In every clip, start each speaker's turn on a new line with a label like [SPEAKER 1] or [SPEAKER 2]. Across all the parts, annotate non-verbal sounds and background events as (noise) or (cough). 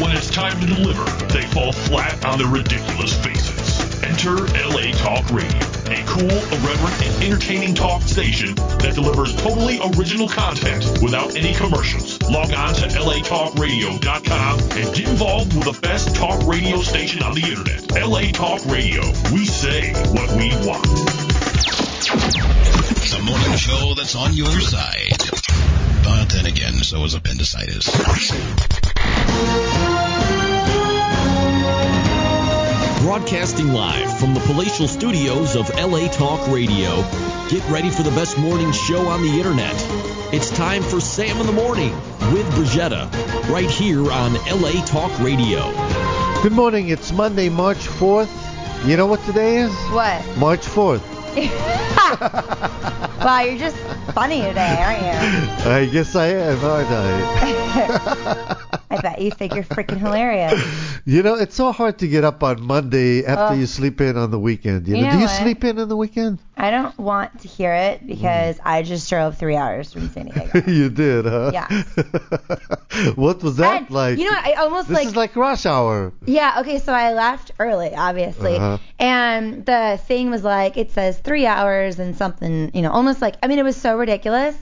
[SPEAKER 1] to deliver, they fall flat on their ridiculous faces. Enter LA Talk Radio, a cool, irreverent, and entertaining talk station that delivers totally original content without any commercials. Log on to latalkradio.com and get involved with the best talk radio station on the internet. LA Talk Radio. We say what we want.
[SPEAKER 2] The morning show that's on your side. But then again, so is appendicitis.
[SPEAKER 3] Broadcasting live from the palatial studios of LA Talk Radio. Get ready for the best morning show on the internet. It's time for Sam in the Morning with Brigetta, right here on LA Talk Radio.
[SPEAKER 4] Good morning. It's Monday, March 4th. You know what today is?
[SPEAKER 5] What?
[SPEAKER 4] March 4th.
[SPEAKER 5] wow, you're just funny today, aren't
[SPEAKER 4] I guess I am, aren't I?
[SPEAKER 5] you? I bet you think you're freaking hilarious.
[SPEAKER 4] You know, it's so hard to get up on Monday after
[SPEAKER 5] Oh.
[SPEAKER 4] you sleep in on the weekend. You know,
[SPEAKER 5] You
[SPEAKER 4] do
[SPEAKER 5] know
[SPEAKER 4] you
[SPEAKER 5] what?
[SPEAKER 4] sleep in on the weekend? (laughs)
[SPEAKER 5] I don't want to hear it because I just drove three hours from
[SPEAKER 4] (laughs)
[SPEAKER 5] San Diego.
[SPEAKER 4] you did, huh?
[SPEAKER 5] Yeah.
[SPEAKER 4] (laughs) what was that
[SPEAKER 5] And,
[SPEAKER 4] like?
[SPEAKER 5] you know, what, I almost
[SPEAKER 4] this
[SPEAKER 5] like,
[SPEAKER 4] is like rush hour.
[SPEAKER 5] yeah. Okay, so I left early, obviously,
[SPEAKER 4] Uh-huh.
[SPEAKER 5] and the thing was like it says three hours and something, you know, almost like I mean it was so ridiculous.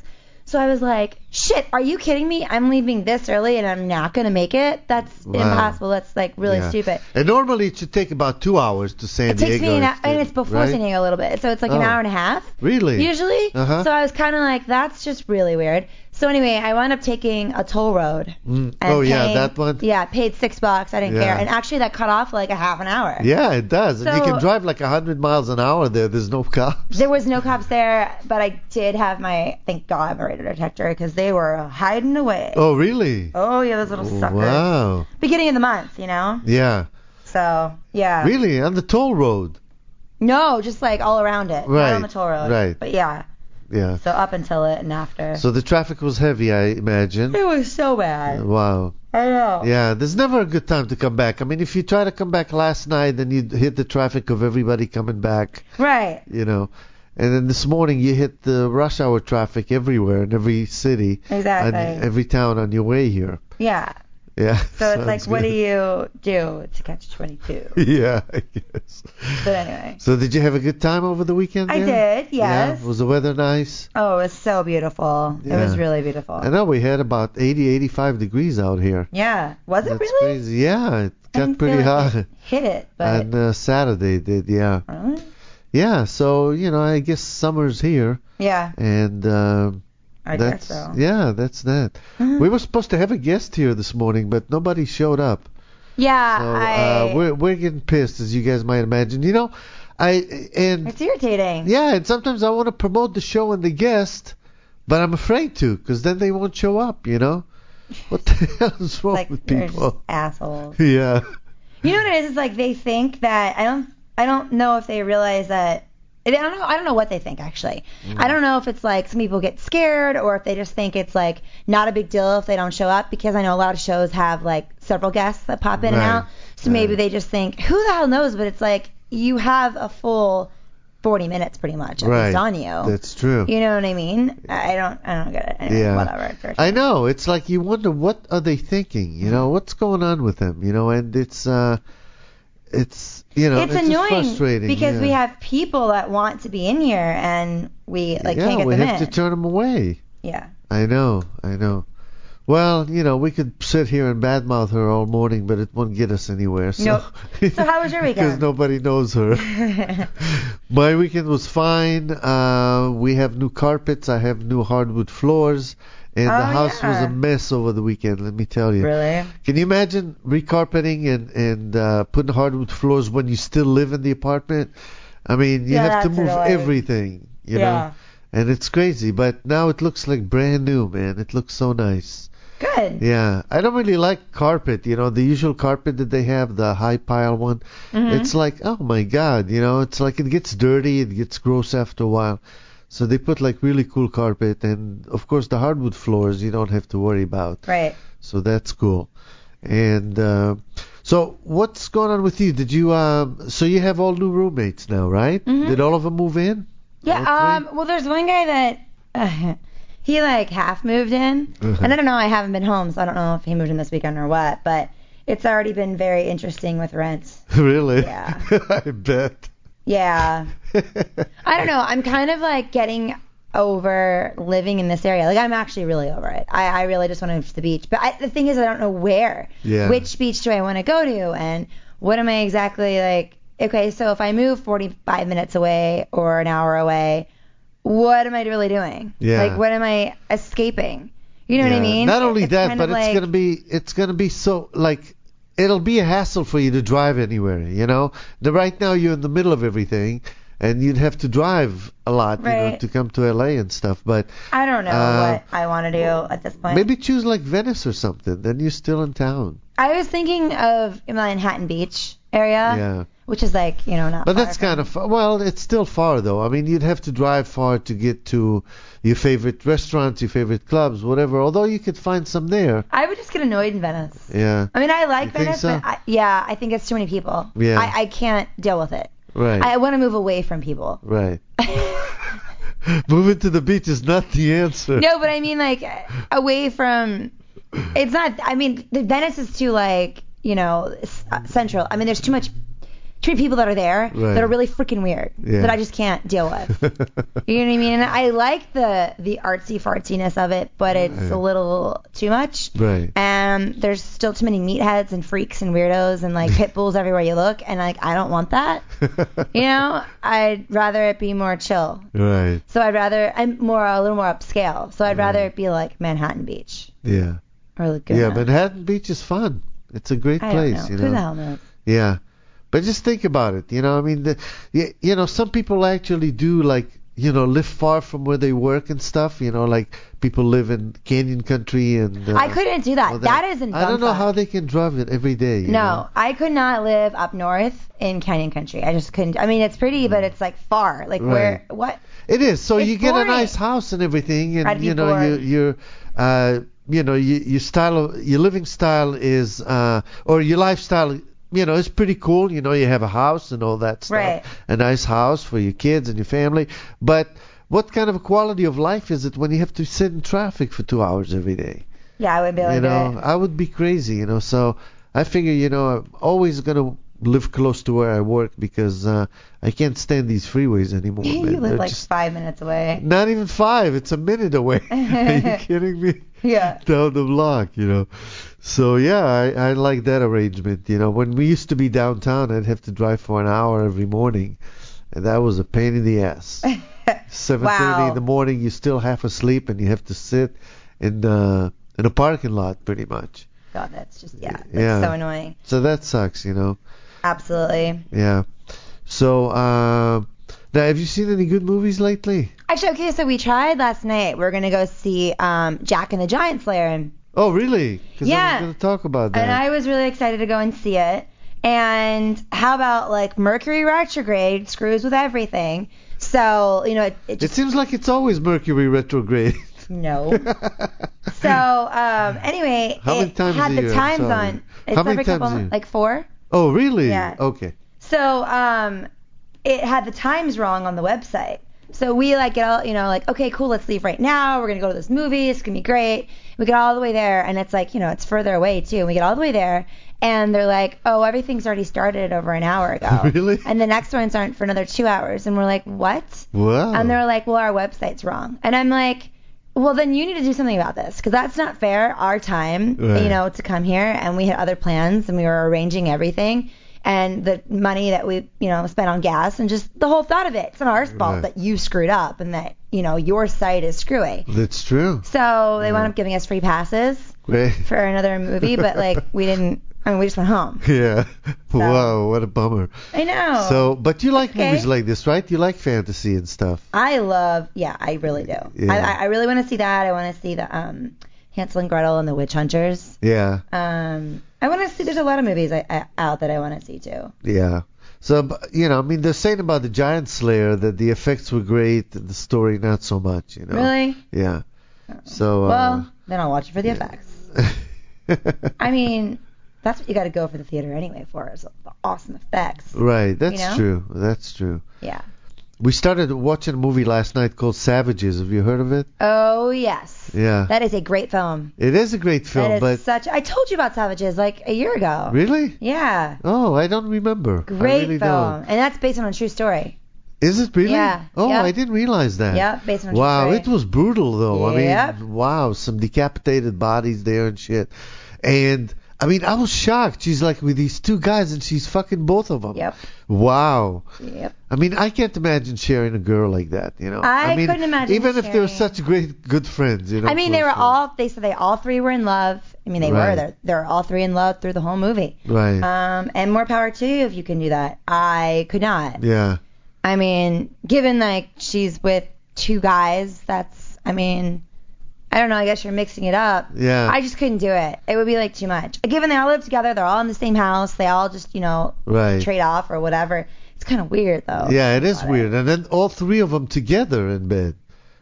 [SPEAKER 5] So I was like, shit, are you kidding me? I'm leaving this early and I'm not gonna make it. That's
[SPEAKER 4] Wow.
[SPEAKER 5] impossible. That's like really
[SPEAKER 4] Yeah.
[SPEAKER 5] stupid.
[SPEAKER 4] And normally it should take about two hours to San
[SPEAKER 5] It takes
[SPEAKER 4] Diego.
[SPEAKER 5] me an
[SPEAKER 4] if
[SPEAKER 5] hour,
[SPEAKER 4] you-
[SPEAKER 5] and it's before
[SPEAKER 4] right?
[SPEAKER 5] San Diego a little bit, so it's like
[SPEAKER 4] Oh.
[SPEAKER 5] an hour and a half.
[SPEAKER 4] Really?
[SPEAKER 5] Usually.
[SPEAKER 4] Uh-huh.
[SPEAKER 5] So I was kind of like, that's just really weird. So anyway, I wound up taking a toll road.
[SPEAKER 4] Mm.
[SPEAKER 5] and
[SPEAKER 4] Oh yeah,
[SPEAKER 5] paying-
[SPEAKER 4] that one.
[SPEAKER 5] Yeah, paid six bucks. I didn't
[SPEAKER 4] Yeah.
[SPEAKER 5] care. And actually, that cut off like a half an hour.
[SPEAKER 4] Yeah, it does. and you
[SPEAKER 5] So-
[SPEAKER 4] can drive like 100 miles an hour there. There's no
[SPEAKER 5] (laughs)
[SPEAKER 4] cops.
[SPEAKER 5] There was no cops there, but I did have my thank God my radar detector because they were hiding away.
[SPEAKER 4] Oh, really?
[SPEAKER 5] Oh yeah, those little suckers.
[SPEAKER 4] wow.
[SPEAKER 5] Beginning of the month, you know.
[SPEAKER 4] Yeah.
[SPEAKER 5] So yeah.
[SPEAKER 4] Really? On the toll road?
[SPEAKER 5] No, just like all around it,
[SPEAKER 4] Right,
[SPEAKER 5] not on the toll road.
[SPEAKER 4] right.
[SPEAKER 5] But yeah,
[SPEAKER 4] Yeah.
[SPEAKER 5] so up until it and after.
[SPEAKER 4] So the traffic was heavy, I imagine.
[SPEAKER 5] It was so bad.
[SPEAKER 4] Wow.
[SPEAKER 5] I know.
[SPEAKER 4] Yeah, there's never a good time to come back. I mean, if you try to come back last night, then you hit the traffic of everybody coming back,
[SPEAKER 5] Right.
[SPEAKER 4] you know. And then this morning, you hit the rush hour traffic everywhere in every city and
[SPEAKER 5] Exactly.
[SPEAKER 4] every town on your way here.
[SPEAKER 5] yeah.
[SPEAKER 4] Yeah.
[SPEAKER 5] So it's
[SPEAKER 4] (laughs)
[SPEAKER 5] like,
[SPEAKER 4] sounds
[SPEAKER 5] what do
[SPEAKER 4] good.
[SPEAKER 5] you do to catch 22?
[SPEAKER 4] (laughs) Yeah, I guess.
[SPEAKER 5] But anyway,
[SPEAKER 4] So did you have a good time over the weekend?
[SPEAKER 5] I
[SPEAKER 4] there?
[SPEAKER 5] did. Yes.
[SPEAKER 4] Yeah. Was the weather nice?
[SPEAKER 5] oh, it was so beautiful. It was
[SPEAKER 4] Yeah.
[SPEAKER 5] really beautiful.
[SPEAKER 4] I know we had about 80, 85 degrees out here.
[SPEAKER 5] yeah. Was it
[SPEAKER 4] That's
[SPEAKER 5] really?
[SPEAKER 4] crazy. Yeah, it
[SPEAKER 5] I
[SPEAKER 4] got
[SPEAKER 5] didn't
[SPEAKER 4] pretty
[SPEAKER 5] feel like
[SPEAKER 4] hot.
[SPEAKER 5] it Hit it,
[SPEAKER 4] (laughs)
[SPEAKER 5] but
[SPEAKER 4] On uh, Saturday, did yeah.
[SPEAKER 5] really?
[SPEAKER 4] Yeah, so you know, I guess summer's here,
[SPEAKER 5] Yeah.
[SPEAKER 4] and um
[SPEAKER 5] I
[SPEAKER 4] that's
[SPEAKER 5] guess so. Mm-hmm.
[SPEAKER 4] yeah, that's that. We were supposed to have a guest here this morning, but nobody showed up.
[SPEAKER 5] Yeah.
[SPEAKER 4] So
[SPEAKER 5] I.
[SPEAKER 4] uh, we're we're getting pissed, as you guys might imagine. You know, I and
[SPEAKER 5] it's irritating.
[SPEAKER 4] yeah, and sometimes I want to promote the show and the guest, but I'm afraid to, 'cause then they won't show up. You know, what the (laughs) hell is wrong
[SPEAKER 5] Like
[SPEAKER 4] with
[SPEAKER 5] they're just
[SPEAKER 4] people? (laughs)
[SPEAKER 5] assholes.
[SPEAKER 4] Yeah,
[SPEAKER 5] You know what it is? It's like they think that I don't. I don't know if they realize that. I don't know. I don't know what they think actually.
[SPEAKER 4] Mm.
[SPEAKER 5] I don't know if it's like some people get scared or if they just think it's like not a big deal if they don't show up because I know a lot of shows have like several guests that pop in and
[SPEAKER 4] Right.
[SPEAKER 5] out. So maybe they just think who the hell knows? But it's like you have a full 40 minutes pretty much at
[SPEAKER 4] right.
[SPEAKER 5] least on you.
[SPEAKER 4] That's true.
[SPEAKER 5] You know what I mean? I I don't. I don't get it. Anyway,
[SPEAKER 4] Yeah.
[SPEAKER 5] Whatever.
[SPEAKER 4] I know. It's like you wonder what are they thinking, you know, what's going on with them, you know, and it's uh it's you know
[SPEAKER 5] it's,
[SPEAKER 4] just
[SPEAKER 5] annoying
[SPEAKER 4] frustrating
[SPEAKER 5] because
[SPEAKER 4] yeah.
[SPEAKER 5] we have people that want to be in here and we like
[SPEAKER 4] yeah,
[SPEAKER 5] can't get
[SPEAKER 4] we
[SPEAKER 5] them
[SPEAKER 4] have
[SPEAKER 5] in.
[SPEAKER 4] to turn them away.
[SPEAKER 5] yeah.
[SPEAKER 4] I know, I know. Well, you know, we could sit here and badmouth her all morning, but it won't get us anywhere. So,
[SPEAKER 5] So
[SPEAKER 4] (laughs)
[SPEAKER 5] how was your
[SPEAKER 4] because
[SPEAKER 5] weekend?
[SPEAKER 4] nobody knows
[SPEAKER 5] (laughs)
[SPEAKER 4] her. My weekend was fine. Uh, we have new carpets. I have new hardwood floors, and
[SPEAKER 5] Oh,
[SPEAKER 4] the house was
[SPEAKER 5] yeah.
[SPEAKER 4] a mess over the weekend. Let me tell you.
[SPEAKER 5] really?
[SPEAKER 4] Can you imagine recarpeting and and uh, putting hardwood floors when you still live in the apartment? I mean, you
[SPEAKER 5] Yeah,
[SPEAKER 4] have to
[SPEAKER 5] that's
[SPEAKER 4] move
[SPEAKER 5] annoying.
[SPEAKER 4] everything, you know.
[SPEAKER 5] Yeah.
[SPEAKER 4] And it's crazy, but now it looks like brand new, man. It looks so nice.
[SPEAKER 5] Good.
[SPEAKER 4] Yeah, I don't really like carpet, you know, the usual carpet that they have, the high pile one.
[SPEAKER 5] Mm-hmm.
[SPEAKER 4] It's like, oh my god, you know, it's like it gets dirty, it gets gross after a while. So they put like really cool carpet, and of course the hardwood floors you don't have to worry about.
[SPEAKER 5] Right.
[SPEAKER 4] So that's cool. And uh, so, what's going on with you? Did you um? So you have all new roommates now, right?
[SPEAKER 5] Mm-hmm.
[SPEAKER 4] Did all of them move in? (laughs)
[SPEAKER 5] Yeah.
[SPEAKER 4] Hopefully.
[SPEAKER 5] Um. Well, there's one guy that (laughs) uh,
[SPEAKER 4] Uh-huh.
[SPEAKER 5] he like half moved in, and I don't know. I haven't been home, so I don't know if he moved in this weekend or what. But it's already been very interesting with rents.
[SPEAKER 4] really?
[SPEAKER 5] Yeah.
[SPEAKER 4] (laughs) I bet. (laughs)
[SPEAKER 5] Yeah. I don't know. I'm kind of like getting over living in this area. Like I'm actually really over it. I, I really just want to move to the beach. But I, the thing is, I don't know where.
[SPEAKER 4] Yeah.
[SPEAKER 5] Which beach do I want to go to? And what am I exactly like? Okay, so if I move 45 minutes away or an hour away, what am I really doing?
[SPEAKER 4] Yeah.
[SPEAKER 5] Like what am I escaping? You know what I
[SPEAKER 4] Yeah.
[SPEAKER 5] mean?
[SPEAKER 4] Not only
[SPEAKER 5] It's
[SPEAKER 4] that,
[SPEAKER 5] kind
[SPEAKER 4] but
[SPEAKER 5] of
[SPEAKER 4] it's
[SPEAKER 5] like-
[SPEAKER 4] gonna be it's gonna be so like it'll be a hassle for you to drive anywhere. You know, the, right now you're in the middle of everything, and you'd have to drive a lot, you know,
[SPEAKER 5] Right.
[SPEAKER 4] to come to LA and stuff. But
[SPEAKER 5] I don't know
[SPEAKER 4] uh,
[SPEAKER 5] what I want to do at this point.
[SPEAKER 4] maybe choose like Venice or something. Then you're still in town.
[SPEAKER 5] I was thinking of Manhattan Beach area,
[SPEAKER 4] Yeah.
[SPEAKER 5] which is like you know not.
[SPEAKER 4] But that's kind of far. well, it's still far though. I mean, you'd have to drive far to get to your favorite restaurants, your favorite clubs, whatever. Although you could find some there.
[SPEAKER 5] I would just get annoyed in Venice.
[SPEAKER 4] Yeah.
[SPEAKER 5] I mean, I like
[SPEAKER 4] You think
[SPEAKER 5] Venice,
[SPEAKER 4] so?
[SPEAKER 5] but I, yeah, I think it's too many people.
[SPEAKER 4] Yeah.
[SPEAKER 5] I, I can't deal with it.
[SPEAKER 4] Right.
[SPEAKER 5] I want to move away from people. (laughs)
[SPEAKER 4] right. (laughs) Moving to the beach is not the answer.
[SPEAKER 5] No, but I mean like away from. It's not. I mean, the Venice is too like you know s- uh, central. I mean, there's too much. Too many people that are there
[SPEAKER 4] Right.
[SPEAKER 5] that are really freaking weird
[SPEAKER 4] Yeah.
[SPEAKER 5] that I just can't
[SPEAKER 4] (laughs)
[SPEAKER 5] deal with. You know what I mean? And I like the the artsy fartsiness of it, but it's a little too much. (laughs)
[SPEAKER 4] right.
[SPEAKER 5] Um, there's still too many meatheads and freaks and weirdos and
[SPEAKER 4] (laughs)
[SPEAKER 5] like pit bulls everywhere you look, and like I don't want that. You know, I'd rather it be more chill.
[SPEAKER 4] (laughs) right.
[SPEAKER 5] So I'd rather I'm more a little more upscale. So I'd rather it be like Manhattan Beach
[SPEAKER 4] Yeah.
[SPEAKER 5] or Laguna.
[SPEAKER 4] Mm-hmm. Yeah. Manhattan Beach is fun. It's a great
[SPEAKER 5] I
[SPEAKER 4] place.
[SPEAKER 5] don't know.
[SPEAKER 4] You
[SPEAKER 5] Who
[SPEAKER 4] know.
[SPEAKER 5] the hell knows?
[SPEAKER 4] Yeah, but just think about it. You know, I mean, the, you, you know, some people actually do like you know live far from where they work and stuff. You know, like people live in canyon country and. Uh,
[SPEAKER 5] I couldn't do that.
[SPEAKER 4] all
[SPEAKER 5] that isn't.
[SPEAKER 4] I don't know
[SPEAKER 5] bumfuck.
[SPEAKER 4] how they can drive it every day. you
[SPEAKER 5] No,
[SPEAKER 4] know?
[SPEAKER 5] I could not live up north in Canyon Country. I just couldn't. I mean, it's
[SPEAKER 4] Mm.
[SPEAKER 5] pretty, but it's like far. Like where? What?
[SPEAKER 4] It is. So
[SPEAKER 5] It's
[SPEAKER 4] you get
[SPEAKER 5] boring.
[SPEAKER 4] a nice house and everything,
[SPEAKER 5] I'd
[SPEAKER 4] and
[SPEAKER 5] be
[SPEAKER 4] you know you
[SPEAKER 5] bored.
[SPEAKER 4] you uh you know you, your style of, your living style is uh or your lifestyle you know is pretty cool. You know you have a house and all that stuff,
[SPEAKER 5] Right.
[SPEAKER 4] a nice house for your kids and your family. But what kind of a quality of life is it when you have to sit in traffic for two hours every day?
[SPEAKER 5] Yeah, I would be able
[SPEAKER 4] you
[SPEAKER 5] to
[SPEAKER 4] know
[SPEAKER 5] do it.
[SPEAKER 4] I would be crazy. You know so I figure you know I'm always gonna live close to where I work because uh, I can't stand these freeways anymore. man.
[SPEAKER 5] (laughs) (laughs) you live
[SPEAKER 4] They're
[SPEAKER 5] like
[SPEAKER 4] just-
[SPEAKER 5] five minutes away. (laughs)
[SPEAKER 4] not even five. It's a minute away. Are you kidding me?
[SPEAKER 5] Yeah.
[SPEAKER 4] Down the block, you know. So yeah, I, I like that arrangement. You know, when we used to be downtown, I'd have to drive for an hour every morning, and that was a pain in the
[SPEAKER 5] (laughs)
[SPEAKER 4] ass. Seven thirty
[SPEAKER 5] Wow.
[SPEAKER 4] in the morning, you're still half asleep, and you have to sit in uh, in a parking lot pretty much.
[SPEAKER 5] God, that's just yeah, that's
[SPEAKER 4] Yeah.
[SPEAKER 5] so annoying.
[SPEAKER 4] So that sucks, you know.
[SPEAKER 5] Absolutely.
[SPEAKER 4] Yeah. So uh, now, have you seen any good movies lately?
[SPEAKER 5] Actually, okay, so we tried last night. We're gonna go see um, Jack and the Giant Slayer, and,
[SPEAKER 4] Oh, really? 'Cause I
[SPEAKER 5] Yeah.
[SPEAKER 4] was going to talk about that.
[SPEAKER 5] and I was really excited to go and see it. And how about like Mercury retrograde screws with everything. So you know it, it
[SPEAKER 4] It
[SPEAKER 5] just
[SPEAKER 4] seems like it's always Mercury
[SPEAKER 5] (laughs)
[SPEAKER 4] retrograde. (laughs)
[SPEAKER 5] no. so um, anyway,
[SPEAKER 4] How many
[SPEAKER 5] it
[SPEAKER 4] times
[SPEAKER 5] had
[SPEAKER 4] a
[SPEAKER 5] the
[SPEAKER 4] year?
[SPEAKER 5] times
[SPEAKER 4] Sorry.
[SPEAKER 5] on. It's
[SPEAKER 4] How many
[SPEAKER 5] every
[SPEAKER 4] times a
[SPEAKER 5] couple
[SPEAKER 4] year?
[SPEAKER 5] like four.
[SPEAKER 4] oh, really?
[SPEAKER 5] Yeah.
[SPEAKER 4] Okay.
[SPEAKER 5] So um, it had the times wrong on the website. So we like get all, you know, like okay, cool, let's leave right now. We're gonna go to this movie. It's gonna be great. We get all the way there, and it's like you know, it's further away too. And we get all the way there, and they're like, oh, everything's already started over an hour ago.
[SPEAKER 4] Really?
[SPEAKER 5] And the next ones aren't for another two hours, and we're like, what?
[SPEAKER 4] Wow.
[SPEAKER 5] And they're like, well, our website's wrong. And I'm like, well, then you need to do something about this because that's not fair. Our time,
[SPEAKER 4] Right.
[SPEAKER 5] you know, to come here and we had other plans and we were arranging everything and the money that we, you know, spent on gas and just the whole thought of it. It's not our fault
[SPEAKER 4] Right.
[SPEAKER 5] that you screwed up and that, you know, your site is screwy.
[SPEAKER 4] That's true.
[SPEAKER 5] So they
[SPEAKER 4] Mm-hmm.
[SPEAKER 5] wound up giving us free passes
[SPEAKER 4] Great. (laughs)
[SPEAKER 5] for another movie, but like we didn't, I mean, we just went home.
[SPEAKER 4] Yeah. Wow, what a bummer.
[SPEAKER 5] I know.
[SPEAKER 4] So, but you like
[SPEAKER 5] Oh. Okay.
[SPEAKER 4] movies like this, right? You like fantasy and stuff.
[SPEAKER 5] I love, yeah, I really do.
[SPEAKER 4] Yeah.
[SPEAKER 5] I I, I really want to see that. I want to see the um, Hansel and Gretel and the Witch Hunters.
[SPEAKER 4] Yeah.
[SPEAKER 5] Um, I want to see. There's a lot of movies I, I, out that I want to see too.
[SPEAKER 4] Yeah. So, b- you know, I mean, they're saying about the Giant Slayer that the effects were great, and the story not so much, you know.
[SPEAKER 5] Really?
[SPEAKER 4] Yeah. So,
[SPEAKER 5] Well, then I'll watch it for the effects.
[SPEAKER 4] uh,
[SPEAKER 5] I mean, that's what you got to go for the theater anyway for is the awesome
[SPEAKER 4] (laughs)
[SPEAKER 5] effects.
[SPEAKER 4] right, that's
[SPEAKER 5] know?
[SPEAKER 4] true. That's true.
[SPEAKER 5] Yeah.
[SPEAKER 4] We started watching a movie last night called Savages. Have you heard of it?
[SPEAKER 5] Oh yes.
[SPEAKER 4] Yeah.
[SPEAKER 5] That is a great film.
[SPEAKER 4] it is a great film,
[SPEAKER 5] that
[SPEAKER 4] but
[SPEAKER 5] is such. I told you about Savages like a year ago.
[SPEAKER 4] really?
[SPEAKER 5] Yeah.
[SPEAKER 4] Oh, I don't remember. I
[SPEAKER 5] Great
[SPEAKER 4] really
[SPEAKER 5] film,
[SPEAKER 4] don't.
[SPEAKER 5] and that's based on a true story.
[SPEAKER 4] Is it really?
[SPEAKER 5] Yeah,
[SPEAKER 4] Oh,
[SPEAKER 5] yeah.
[SPEAKER 4] I didn't realize that.
[SPEAKER 5] Yeah, based on a true
[SPEAKER 4] Wow,
[SPEAKER 5] story.
[SPEAKER 4] it was brutal though. I
[SPEAKER 5] Yep.
[SPEAKER 4] mean, wow, some decapitated bodies there and shit. And I mean, I was shocked. She's like with these two guys, and she's fucking both of them.
[SPEAKER 5] Yep.
[SPEAKER 4] Wow.
[SPEAKER 5] Yep.
[SPEAKER 4] I mean, I can't imagine sharing a girl like that. You know.
[SPEAKER 5] I
[SPEAKER 4] mean,
[SPEAKER 5] couldn't imagine
[SPEAKER 4] Even if they were
[SPEAKER 5] sharing.
[SPEAKER 4] such great, good friends. You know.
[SPEAKER 5] I mean, they
[SPEAKER 4] close
[SPEAKER 5] were
[SPEAKER 4] friends.
[SPEAKER 5] all. They said they all three were in love. I mean, they
[SPEAKER 4] Right.
[SPEAKER 5] were. They're, they're all three in love through the whole movie.
[SPEAKER 4] Right.
[SPEAKER 5] Um, and more power to you if you can do that. I could not.
[SPEAKER 4] yeah.
[SPEAKER 5] I mean, given like she's with two guys, that's. I mean, I don't know. I guess you're mixing it up.
[SPEAKER 4] Yeah.
[SPEAKER 5] I just couldn't do it. It would be like too much. Given they all live together, they're all in the same house. They all just, you know,
[SPEAKER 4] right.
[SPEAKER 5] trade off or whatever. It's kind of weird though.
[SPEAKER 4] yeah, it is
[SPEAKER 5] About
[SPEAKER 4] weird. And then all three of them together in bed,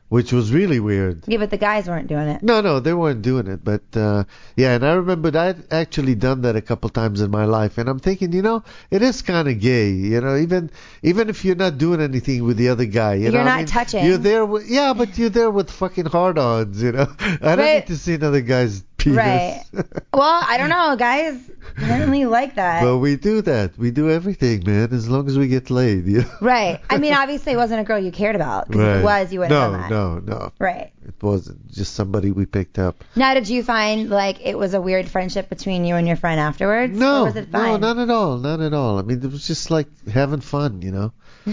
[SPEAKER 4] which was really weird.
[SPEAKER 5] Yeah, but the guys weren't doing it.
[SPEAKER 4] No, no, they weren't doing it, but uh, yeah, and I remembered I'd actually done that a couple times in my life, and I'm thinking, you know, it is kind of gay, you know, even even if you're not doing anything with the other guy, you
[SPEAKER 5] You're
[SPEAKER 4] know, I
[SPEAKER 5] not
[SPEAKER 4] mean,
[SPEAKER 5] touching.
[SPEAKER 4] You're there, with, yeah, but you're there with fucking hard-ons, you know. (laughs) I don't
[SPEAKER 5] Right.
[SPEAKER 4] need to see another guy's penis.
[SPEAKER 5] Right. Well, I don't know. Guys apparently like
[SPEAKER 4] (laughs)
[SPEAKER 5] that.
[SPEAKER 4] but we do that. We do everything, man, as long as we get laid. You know?
[SPEAKER 5] right. I mean, obviously, it wasn't a girl you cared about. 'cause If
[SPEAKER 4] Right.
[SPEAKER 5] it was, you wouldn't have done that.
[SPEAKER 4] No, no, no.
[SPEAKER 5] Right.
[SPEAKER 4] It wasn't just somebody we picked up.
[SPEAKER 5] Now, did you find like it was a weird friendship between you and your friend afterwards?
[SPEAKER 4] No,
[SPEAKER 5] Or was it
[SPEAKER 4] no,
[SPEAKER 5] fine?
[SPEAKER 4] not at all, not at all. I mean, it was just like having fun, you know. (laughs)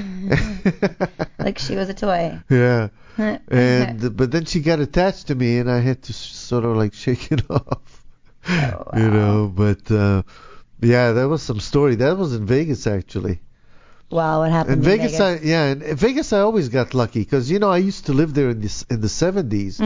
[SPEAKER 5] Like she was a toy. (laughs)
[SPEAKER 4] yeah, and but then she got attached to me, and I had to s- sort of like (laughs) shake it off,
[SPEAKER 5] Oh,
[SPEAKER 4] you know. But uh, yeah, that was some story. That was in Vegas actually.
[SPEAKER 5] Well, what happened
[SPEAKER 4] In
[SPEAKER 5] in
[SPEAKER 4] Vegas, I, yeah, in in Vegas I always got lucky because you know I used to live there in the s- in the 70s,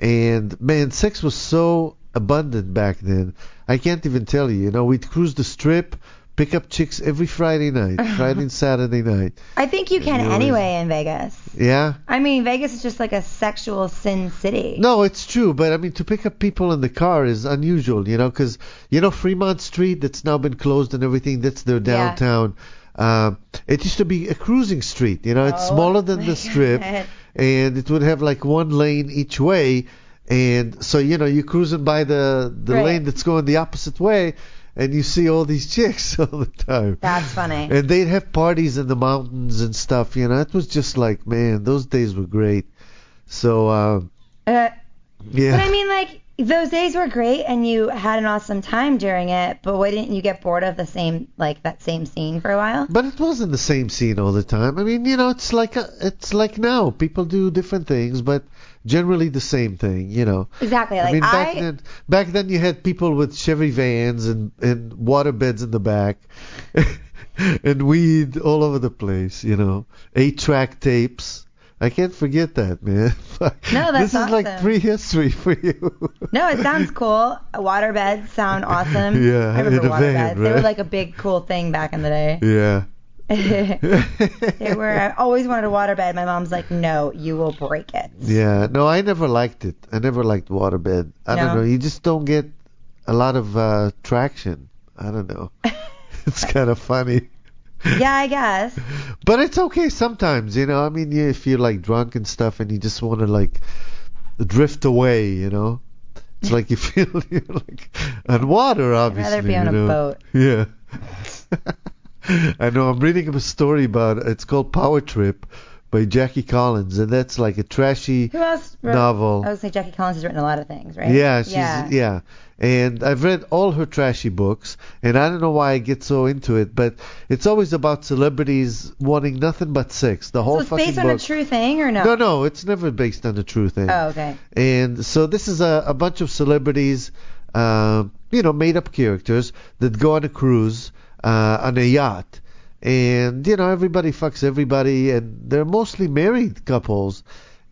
[SPEAKER 4] and man, sex was so abundant back then. I can't even tell you. You know, we'd cruise the strip, pick up chicks every Friday (laughs) night, Friday and Saturday night.
[SPEAKER 5] I think you can
[SPEAKER 4] You know,
[SPEAKER 5] anyway in Vegas.
[SPEAKER 4] Yeah.
[SPEAKER 5] I mean, Vegas is just like a sexual sin city.
[SPEAKER 4] No, it's true, but I mean to pick up people in the car is unusual, you know, 'cause you know Fremont Street that's now been closed and everything. That's their
[SPEAKER 5] Yeah.
[SPEAKER 4] downtown. Um, it used to be a cruising street, you know, it's
[SPEAKER 5] Oh
[SPEAKER 4] smaller than
[SPEAKER 5] (laughs)
[SPEAKER 4] the
[SPEAKER 5] my
[SPEAKER 4] strip,
[SPEAKER 5] God.
[SPEAKER 4] and it would have like one lane each way, and so you know you're cruising by the the
[SPEAKER 5] Right.
[SPEAKER 4] lane that's going the opposite way, and you see all these (laughs) chicks all the time.
[SPEAKER 5] That's funny.
[SPEAKER 4] And they'd have parties in the mountains and stuff, you know. It was just like, man, those days were great. So, uh,
[SPEAKER 5] Uh,
[SPEAKER 4] yeah.
[SPEAKER 5] But I mean, like, those days were great and you had an awesome time during it, but why didn't you get bored of the same, like, that same scene for a while?
[SPEAKER 4] But it wasn't the same scene all the time. I mean, you know, it's like uh it's like now people do different things, but generally the same thing. You know,
[SPEAKER 5] Exactly. Like,
[SPEAKER 4] I
[SPEAKER 5] I,
[SPEAKER 4] mean, back then, back then you had people with Chevy vans and and water beds in the back, (laughs) and weed all over the place. You know, eight track tapes. I can't forget that, man. (laughs) no,
[SPEAKER 5] that's
[SPEAKER 4] This is like
[SPEAKER 5] awesome.
[SPEAKER 4] prehistory for you. (laughs)
[SPEAKER 5] no, it sounds cool. Waterbeds sound awesome.
[SPEAKER 4] (laughs) Yeah,
[SPEAKER 5] I
[SPEAKER 4] in
[SPEAKER 5] remember
[SPEAKER 4] a van,
[SPEAKER 5] waterbeds. They were
[SPEAKER 4] right?
[SPEAKER 5] like a big cool thing back in the day.
[SPEAKER 4] (laughs) yeah.
[SPEAKER 5] (laughs) they were. I always wanted a waterbed. My mom's like, no, you will break it.
[SPEAKER 4] Yeah, no, I never liked it. I never liked waterbed. I don't
[SPEAKER 5] No?
[SPEAKER 4] know. You just don't get a lot of uh, traction. I don't
[SPEAKER 5] (laughs)
[SPEAKER 4] know. it's kind of funny,
[SPEAKER 5] Yeah,
[SPEAKER 4] (laughs)
[SPEAKER 5] I guess.
[SPEAKER 4] but it's okay sometimes. You know, I mean, you, if you're like drunk and stuff, and you just want to like drift away, you know, it's like you (laughs) feel you're like on water, obviously.
[SPEAKER 5] rather be on
[SPEAKER 4] you
[SPEAKER 5] a
[SPEAKER 4] know?
[SPEAKER 5] boat.
[SPEAKER 4] Yeah. (laughs) I know. I'm reading a story about it's called Power Trip by Jackie Collins, and that's like a trashy.
[SPEAKER 5] Who else? wrote-
[SPEAKER 4] Novel.
[SPEAKER 5] I was say Jackie Collins has written a lot of things, right?
[SPEAKER 4] Yeah, she's yeah. And I've read all her trashy books, and I don't know why I get so into it, but it's always about celebrities wanting nothing but sex. The
[SPEAKER 5] So
[SPEAKER 4] whole
[SPEAKER 5] it's
[SPEAKER 4] fucking
[SPEAKER 5] based on
[SPEAKER 4] book.
[SPEAKER 5] a true thing or no?
[SPEAKER 4] no, no, it's never based on eh? a true thing.
[SPEAKER 5] Oh, okay.
[SPEAKER 4] And so this is a, a bunch of celebrities, um, you know, made up characters that go on a cruise uh, on a yacht. And, you know, everybody fucks everybody, and they're mostly married couples.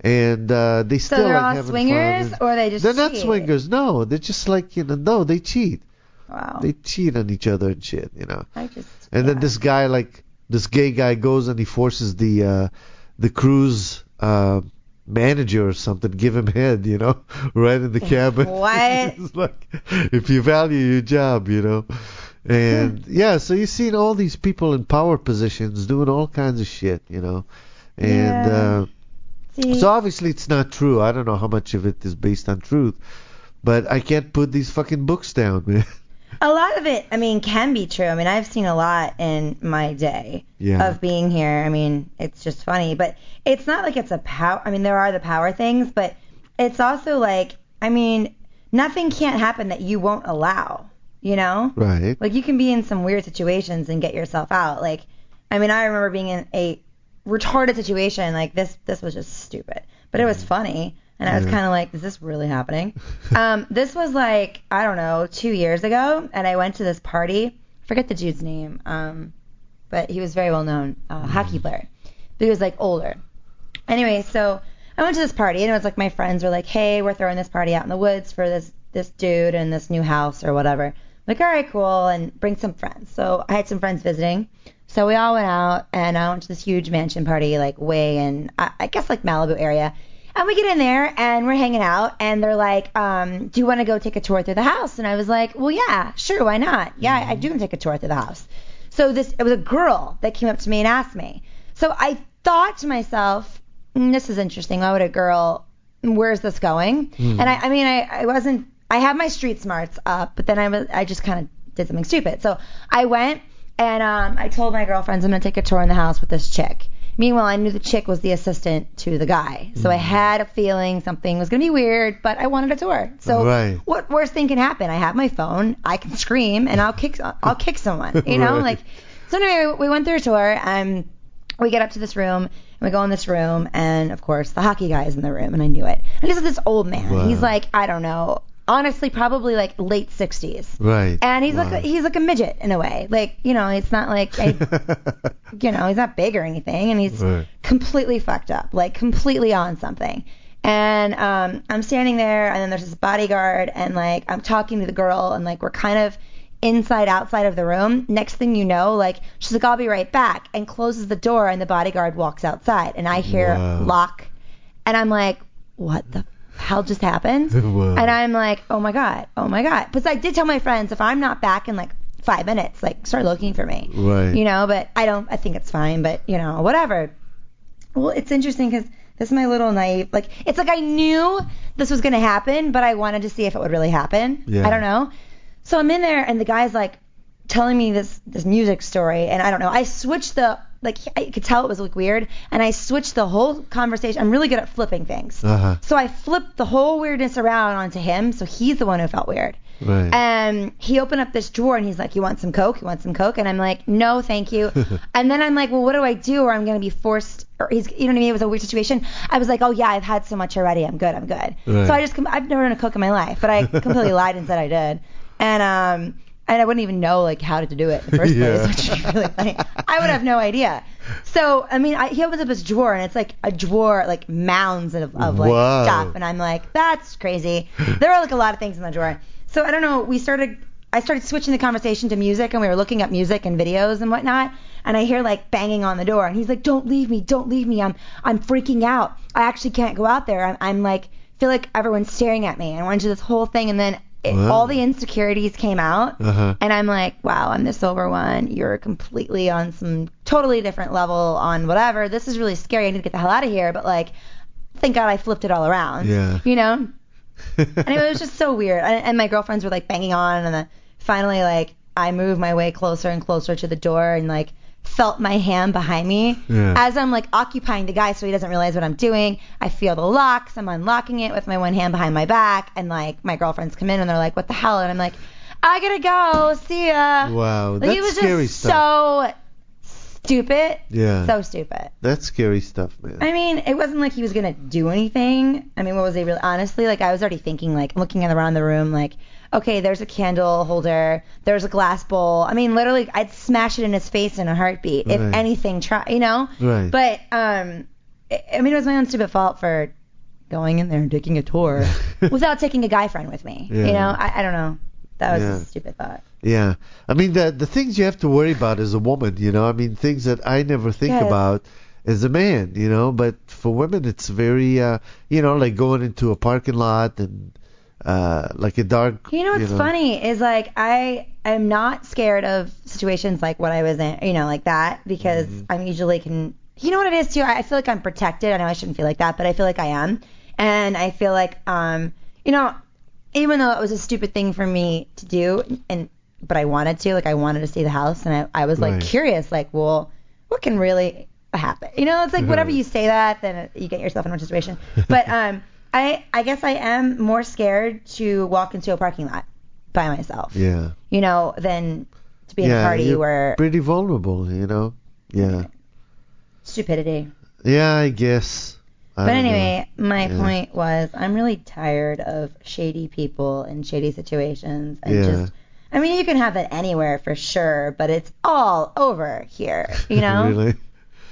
[SPEAKER 4] And uh, they
[SPEAKER 5] So
[SPEAKER 4] still
[SPEAKER 5] they're
[SPEAKER 4] like,
[SPEAKER 5] all
[SPEAKER 4] having fun
[SPEAKER 5] swingers,
[SPEAKER 4] and-
[SPEAKER 5] or they just
[SPEAKER 4] they're not
[SPEAKER 5] cheat?
[SPEAKER 4] swingers. No, they're just like you know. No, they cheat.
[SPEAKER 5] Wow.
[SPEAKER 4] They Eh, cheat on each other and shit. You know.
[SPEAKER 5] I just.
[SPEAKER 4] And then this guy, like this gay guy, goes and he forces the uh, the cruise uh, manager or something give him head. You know, (laughs) right in the cabin. (laughs)
[SPEAKER 5] What?
[SPEAKER 4] it's like if you value your job, you know.
[SPEAKER 5] (laughs)
[SPEAKER 4] And yeah, so you've seen all these people in power positions doing all kinds of shit, you know. And
[SPEAKER 5] Yeah.
[SPEAKER 4] uh,
[SPEAKER 5] See,
[SPEAKER 4] so obviously it's not true. I don't know how much of it is based on truth, but I can't put these fucking books down, man. (laughs)
[SPEAKER 5] a lot of it, I mean, can be true. I mean, I've seen a lot in my day
[SPEAKER 4] Yeah.
[SPEAKER 5] of being here. I mean, it's just funny, but it's not like it's a power. I mean, there are the power things, but it's also like, I mean, nothing can't happen that you won't allow. You know?
[SPEAKER 4] Right.
[SPEAKER 5] Like you can be in some weird situations and get yourself out. Like, I mean, I remember being in a retarded situation. Like this, this was just stupid, but it was funny, and I was kind of like, is this really happening? um, this was like I don't know, two years ago, and I went to this party. I forget the dude's name, um, but he was very well known uh, hockey player, but he was like older. Anyway, so I went to this party, and it was like my friends were like, "Hey, we're throwing this party out in the woods for this this dude and this new house or whatever." I'm like, all right, cool, and bring some friends. So I had some friends visiting, so we all went out, and I went to this huge mansion party, like way in, I, I guess like Malibu area. And we get in there and we're hanging out, and they're like, um, "Do you want to go take a tour through the house?" And I was like, "Well, yeah, sure, why not? Yeah, I I do want to take a tour through the house." So this it was a girl that came up to me and asked me. So I thought to myself, "Mm, this is interesting. Why would a girl? Where's this going? And I, I mean, I, I wasn't. I had my street smarts up, but then I was, I just kind of did something stupid. So I went and um, I told my girlfriends I'm gonna take a tour in the house with this chick. Meanwhile, I knew the chick was the assistant to the guy, so I had a feeling something was gonna be weird, but I wanted a tour. So
[SPEAKER 4] Right.
[SPEAKER 5] what worst thing can happen? I have my phone, I can scream, and I'll kick I'll kick someone. You know,
[SPEAKER 4] Right.
[SPEAKER 5] like so anyway, we went through a tour. Um, we get up to this room, and we go in this room, and of course the hockey guy is in the room, and I knew it. And this is this old man.
[SPEAKER 4] Wow.
[SPEAKER 5] He's like, I don't know, honestly, probably like late 60s.
[SPEAKER 4] Right.
[SPEAKER 5] And he's
[SPEAKER 4] Wow.
[SPEAKER 5] like he's like a midget in a way. Like you know, it's
[SPEAKER 4] (laughs)
[SPEAKER 5] not like I, you know he's not big or anything, and he's
[SPEAKER 4] Right.
[SPEAKER 5] completely fucked up, like completely on something. And um, I'm standing there, and then there's this bodyguard, and like I'm talking to the girl, and like we're kind of inside outside of the room. Next thing you know, like she's like I'll be right back, and closes the door, and the bodyguard walks outside, and I hear
[SPEAKER 4] Wow.
[SPEAKER 5] lock, and I'm like, what the hell just happened?
[SPEAKER 4] Wow.
[SPEAKER 5] And I'm like, oh my god, oh my god. Because I did tell my friends if I'm not back in like five minutes, like start looking for me.
[SPEAKER 4] Right.
[SPEAKER 5] You know, but I don't. I think it's fine. But you know, whatever. Well, it's interesting because this is my little naive. Like it's like I knew this was gonna happen, but I wanted to see if it would really happen.
[SPEAKER 4] Yeah.
[SPEAKER 5] I don't know. So I'm in there, and the guy's like telling me this this music story, and I don't know. I switched the like I could tell it was like weird, and I switched the whole conversation. I'm really good at flipping things.
[SPEAKER 4] Uh-huh.
[SPEAKER 5] So I flipped the whole weirdness around onto him, so he's the one who felt weird.
[SPEAKER 4] Right.
[SPEAKER 5] And Um, he opened up this drawer and he's like, "You want some coke? You want some coke?" And I'm like, "No, thank
[SPEAKER 4] (laughs)
[SPEAKER 5] you." and then I'm like, "Well, what do I do? Or I'm gonna be forced?" Or he's, you know what I mean? It was a weird situation. I was like, "Oh yeah, I've had so much already. I'm good. I'm good."
[SPEAKER 4] Right.
[SPEAKER 5] So I just, com- I've never done a coke in my life, but
[SPEAKER 4] (laughs)
[SPEAKER 5] I completely lied and said I did. And um, and I wouldn't even know like how to do it in the first
[SPEAKER 4] (laughs) Yeah.
[SPEAKER 5] place, which is really funny. I would have no idea. So I mean, I, he opens up his drawer and it's like a drawer, like mounds of, of like
[SPEAKER 4] Wow.
[SPEAKER 5] stuff, and I'm like, that's crazy. there are like a lot of things in the drawer. So I don't know. We started. I started switching the conversation to music, and we were looking up music and videos and whatnot. And I hear like banging on the door, and he's like, "Don't leave me! Don't leave me! I'm I'm freaking out. I actually can't go out there. I'm, I'm like feel like everyone's staring at me. I want to do this whole thing, and then it,
[SPEAKER 4] Wow.
[SPEAKER 5] all the insecurities came out.
[SPEAKER 4] Uh-huh.
[SPEAKER 5] And I'm like, wow, I'm the sober one. You're completely on some totally different level on whatever. This is really scary. I need to get the hell out of here. But like, thank God I flipped it all around.
[SPEAKER 4] Yeah.
[SPEAKER 5] You know? And it was just so weird. And, and my girlfriends were like banging on. And then finally, like, I moved my way closer and closer to the door and like felt my hand behind me
[SPEAKER 4] (laughs) Yeah.
[SPEAKER 5] as I'm like occupying the guy so he doesn't realize what I'm doing. I feel the locks. I'm unlocking it with my one hand behind my back. And like, my girlfriends come in and they're like, what the hell? And I'm like, I gotta go. See ya.
[SPEAKER 4] wow.
[SPEAKER 5] Like,
[SPEAKER 4] That's
[SPEAKER 5] it was
[SPEAKER 4] scary
[SPEAKER 5] just
[SPEAKER 4] stuff.
[SPEAKER 5] so stupid.
[SPEAKER 4] yeah.
[SPEAKER 5] So stupid.
[SPEAKER 4] That's scary stuff, man.
[SPEAKER 5] I mean, it wasn't like he was gonna do anything. I mean, what was he really? Honestly, like I was already thinking, like looking around the room, like, okay, there's a candle holder, there's a glass bowl. I mean, literally, I'd smash it in his face in a heartbeat if
[SPEAKER 4] Right.
[SPEAKER 5] anything. Try, you know.
[SPEAKER 4] Right.
[SPEAKER 5] But um, I I mean, it was my own stupid fault for going in there and taking
[SPEAKER 4] (laughs)
[SPEAKER 5] a tour without taking a guy friend with me.
[SPEAKER 4] Yeah.
[SPEAKER 5] You know, I, I don't know. That was
[SPEAKER 4] Yeah.
[SPEAKER 5] a stupid thought.
[SPEAKER 4] Yeah. I mean, the the things you have to worry about as a woman, you know, I mean, things that I never think
[SPEAKER 5] Yes.
[SPEAKER 4] about as a man, you know, but for women, it's very, uh, you know, like going into a parking lot and uh, like a dark.
[SPEAKER 5] You know what's funny is like I am Mm-hmm. not scared of situations like what I was in, you know, like that because I'm usually can you know what it is too. I I feel like I'm protected. I know I shouldn't feel like that, but I feel like I am, and I feel like um, you know, even though it was a stupid thing for me to do, and but I wanted to, like I wanted to see the house, and I, I was like
[SPEAKER 4] Right.
[SPEAKER 5] curious, like, well, what can really happen? You know, it's like whenever
[SPEAKER 4] Mm-hmm.
[SPEAKER 5] you say that, then you get yourself in a situation.
[SPEAKER 4] (laughs)
[SPEAKER 5] But um, I I guess I am more scared to walk into a parking lot by myself.
[SPEAKER 4] Yeah.
[SPEAKER 5] You know, than to be in a
[SPEAKER 4] yeah.
[SPEAKER 5] party
[SPEAKER 4] you're
[SPEAKER 5] where
[SPEAKER 4] pretty vulnerable, you know. Yeah.
[SPEAKER 5] stupidity.
[SPEAKER 4] Yeah, I guess. I
[SPEAKER 5] But
[SPEAKER 4] don't know.
[SPEAKER 5] anyway, my
[SPEAKER 4] Yeah.
[SPEAKER 5] point was I'm really tired of shady people and shady situations and
[SPEAKER 4] Yeah.
[SPEAKER 5] just I mean you can have it anywhere for sure, but it's all over here, you
[SPEAKER 4] (laughs)
[SPEAKER 5] know? Uh,
[SPEAKER 4] Really?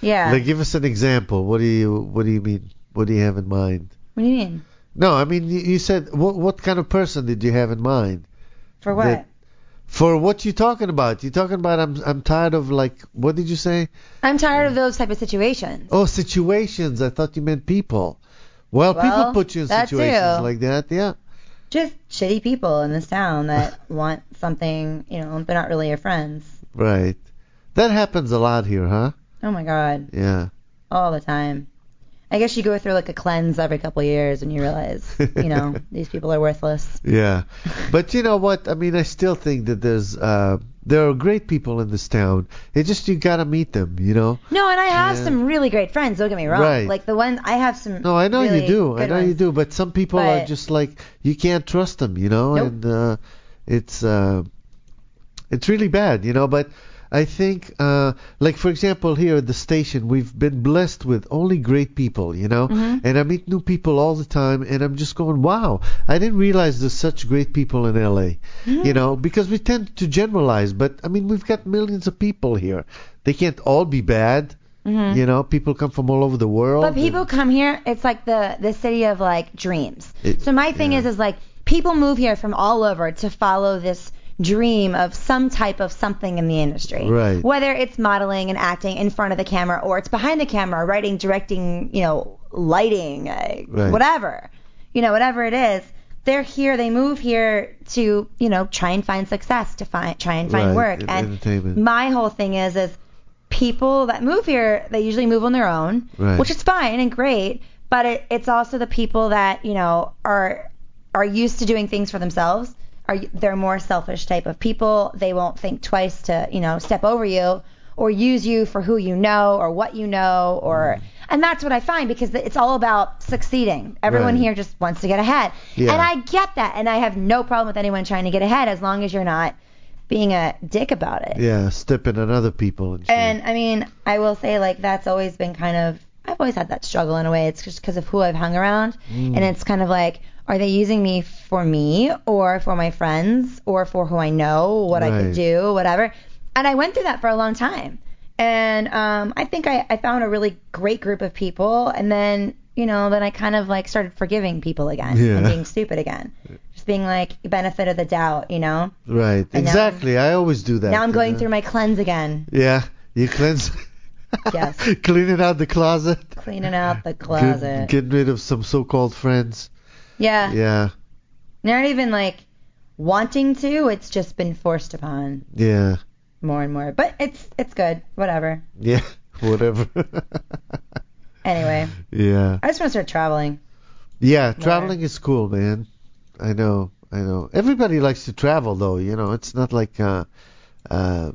[SPEAKER 5] Yeah.
[SPEAKER 4] Like, give us an example. What do you What do you mean? What do you have in mind?
[SPEAKER 5] what do you mean?
[SPEAKER 4] No, I mean you you said what What kind of person did you have in mind
[SPEAKER 5] For what?
[SPEAKER 4] That- for what you talking about? You talking about I'm I'm tired of like what did you say?
[SPEAKER 5] I'm tired of those type of situations.
[SPEAKER 4] Oh, situations. I thought you meant people. Well, people
[SPEAKER 5] Well,
[SPEAKER 4] put you in
[SPEAKER 5] that
[SPEAKER 4] situations
[SPEAKER 5] too.
[SPEAKER 4] like that. Yeah.
[SPEAKER 5] Just shitty people in this town
[SPEAKER 4] (laughs)
[SPEAKER 5] that want something, you know, they're not really your friends.
[SPEAKER 4] Right. That happens a lot here, huh?
[SPEAKER 5] Oh my god.
[SPEAKER 4] Yeah.
[SPEAKER 5] all the time. I guess you go through like a cleanse every couple of years and you realize, you
[SPEAKER 4] (laughs)
[SPEAKER 5] know, these people are worthless.
[SPEAKER 4] Yeah, but you know what? I mean, I still think that there's uh, there are great people in this town. It's just you gotta meet them, you know.
[SPEAKER 5] No, and I have
[SPEAKER 4] Yeah.
[SPEAKER 5] some really great friends. Don't get me wrong.
[SPEAKER 4] Right.
[SPEAKER 5] Like the one I have some.
[SPEAKER 4] No, I know
[SPEAKER 5] really
[SPEAKER 4] you do. I
[SPEAKER 5] good
[SPEAKER 4] know you
[SPEAKER 5] ones.
[SPEAKER 4] do. But some people are
[SPEAKER 5] But-
[SPEAKER 4] just like you can't trust them, you know.
[SPEAKER 5] Nope.
[SPEAKER 4] And uh, it's uh, it's really bad, you know. But I think, uh, like for example, here at the station, we've been blessed with only great people, you know.
[SPEAKER 5] Mm-hmm.
[SPEAKER 4] And I meet new people all the time, and I'm just going, wow, I didn't realize there's such great people in LA,
[SPEAKER 5] Mm-hmm.
[SPEAKER 4] you know, because we tend to generalize. But I mean, we've got millions of people here. They can't all be bad. You know, people come from all over the world.
[SPEAKER 5] Mm-hmm. But
[SPEAKER 4] and-
[SPEAKER 5] people come here. It's like the the city of like dreams.
[SPEAKER 4] It-
[SPEAKER 5] so my thing
[SPEAKER 4] yeah.
[SPEAKER 5] is is like people move here from all over to follow this dream of some type of something in the industry.
[SPEAKER 4] Right.
[SPEAKER 5] Whether it's modeling and acting in front of the camera or it's behind the camera, writing, directing, you know, lighting, uh,
[SPEAKER 4] Right.
[SPEAKER 5] whatever. You know, whatever it is. They're here. They move here to, you know, try and find success, to find, try and find
[SPEAKER 4] Right,
[SPEAKER 5] work.
[SPEAKER 4] and
[SPEAKER 5] And
[SPEAKER 4] entertainment.
[SPEAKER 5] my whole thing is, is people that move here, they usually move on their own,
[SPEAKER 4] Right.
[SPEAKER 5] which is fine and great. But it, it's also the people that you know are are used to doing things for themselves. Are they're more selfish type of people. They won't think twice to you know step over you or use you for who you know or what you know or
[SPEAKER 4] Mm.
[SPEAKER 5] and that's what I find because it's all about succeeding. Everyone
[SPEAKER 4] Right.
[SPEAKER 5] here just wants to get ahead,
[SPEAKER 4] Yeah.
[SPEAKER 5] and I get that, and I have no problem with anyone trying to get ahead as long as you're not being a dick about it.
[SPEAKER 4] Yeah, stepping on other people and shit.
[SPEAKER 5] And I mean, I will say like that's always been kind of I've always had that struggle in a way. It's just because of who I've hung around,
[SPEAKER 4] Mm.
[SPEAKER 5] and it's kind of like, are they using me for me or for my friends or for who I know, what I
[SPEAKER 4] Right.
[SPEAKER 5] could do, whatever. And I went through that for a long time, and um, I think I, I found a really great group of people, and then you know, then I kind of like started forgiving people again and
[SPEAKER 4] Yeah.
[SPEAKER 5] being stupid
[SPEAKER 4] (laughs)
[SPEAKER 5] again, just being like benefit of the doubt, you know.
[SPEAKER 4] right,
[SPEAKER 5] now-
[SPEAKER 4] exactly. I always do that.
[SPEAKER 5] Now I'm
[SPEAKER 4] you
[SPEAKER 5] going
[SPEAKER 4] know?
[SPEAKER 5] through my cleanse again.
[SPEAKER 4] Yeah, you cleanse, (laughs)
[SPEAKER 5] Yes.
[SPEAKER 4] cleaning out the closet,
[SPEAKER 5] Cleaning out the
[SPEAKER 4] Get-
[SPEAKER 5] closet. Ah.
[SPEAKER 4] getting rid of some so-called friends.
[SPEAKER 5] Yeah.
[SPEAKER 4] Yeah,
[SPEAKER 5] Not even like wanting to, it's just been forced upon
[SPEAKER 4] yeah,
[SPEAKER 5] more and more. But it's it's good. Whatever.
[SPEAKER 4] yeah. (laughs) Whatever.
[SPEAKER 5] Anyway,
[SPEAKER 4] yeah,
[SPEAKER 5] I just want to start traveling.
[SPEAKER 4] yeah. Traveling is cool, man. I know, I know. Everybody likes to travel, though. You know, it's not like, uh, uh,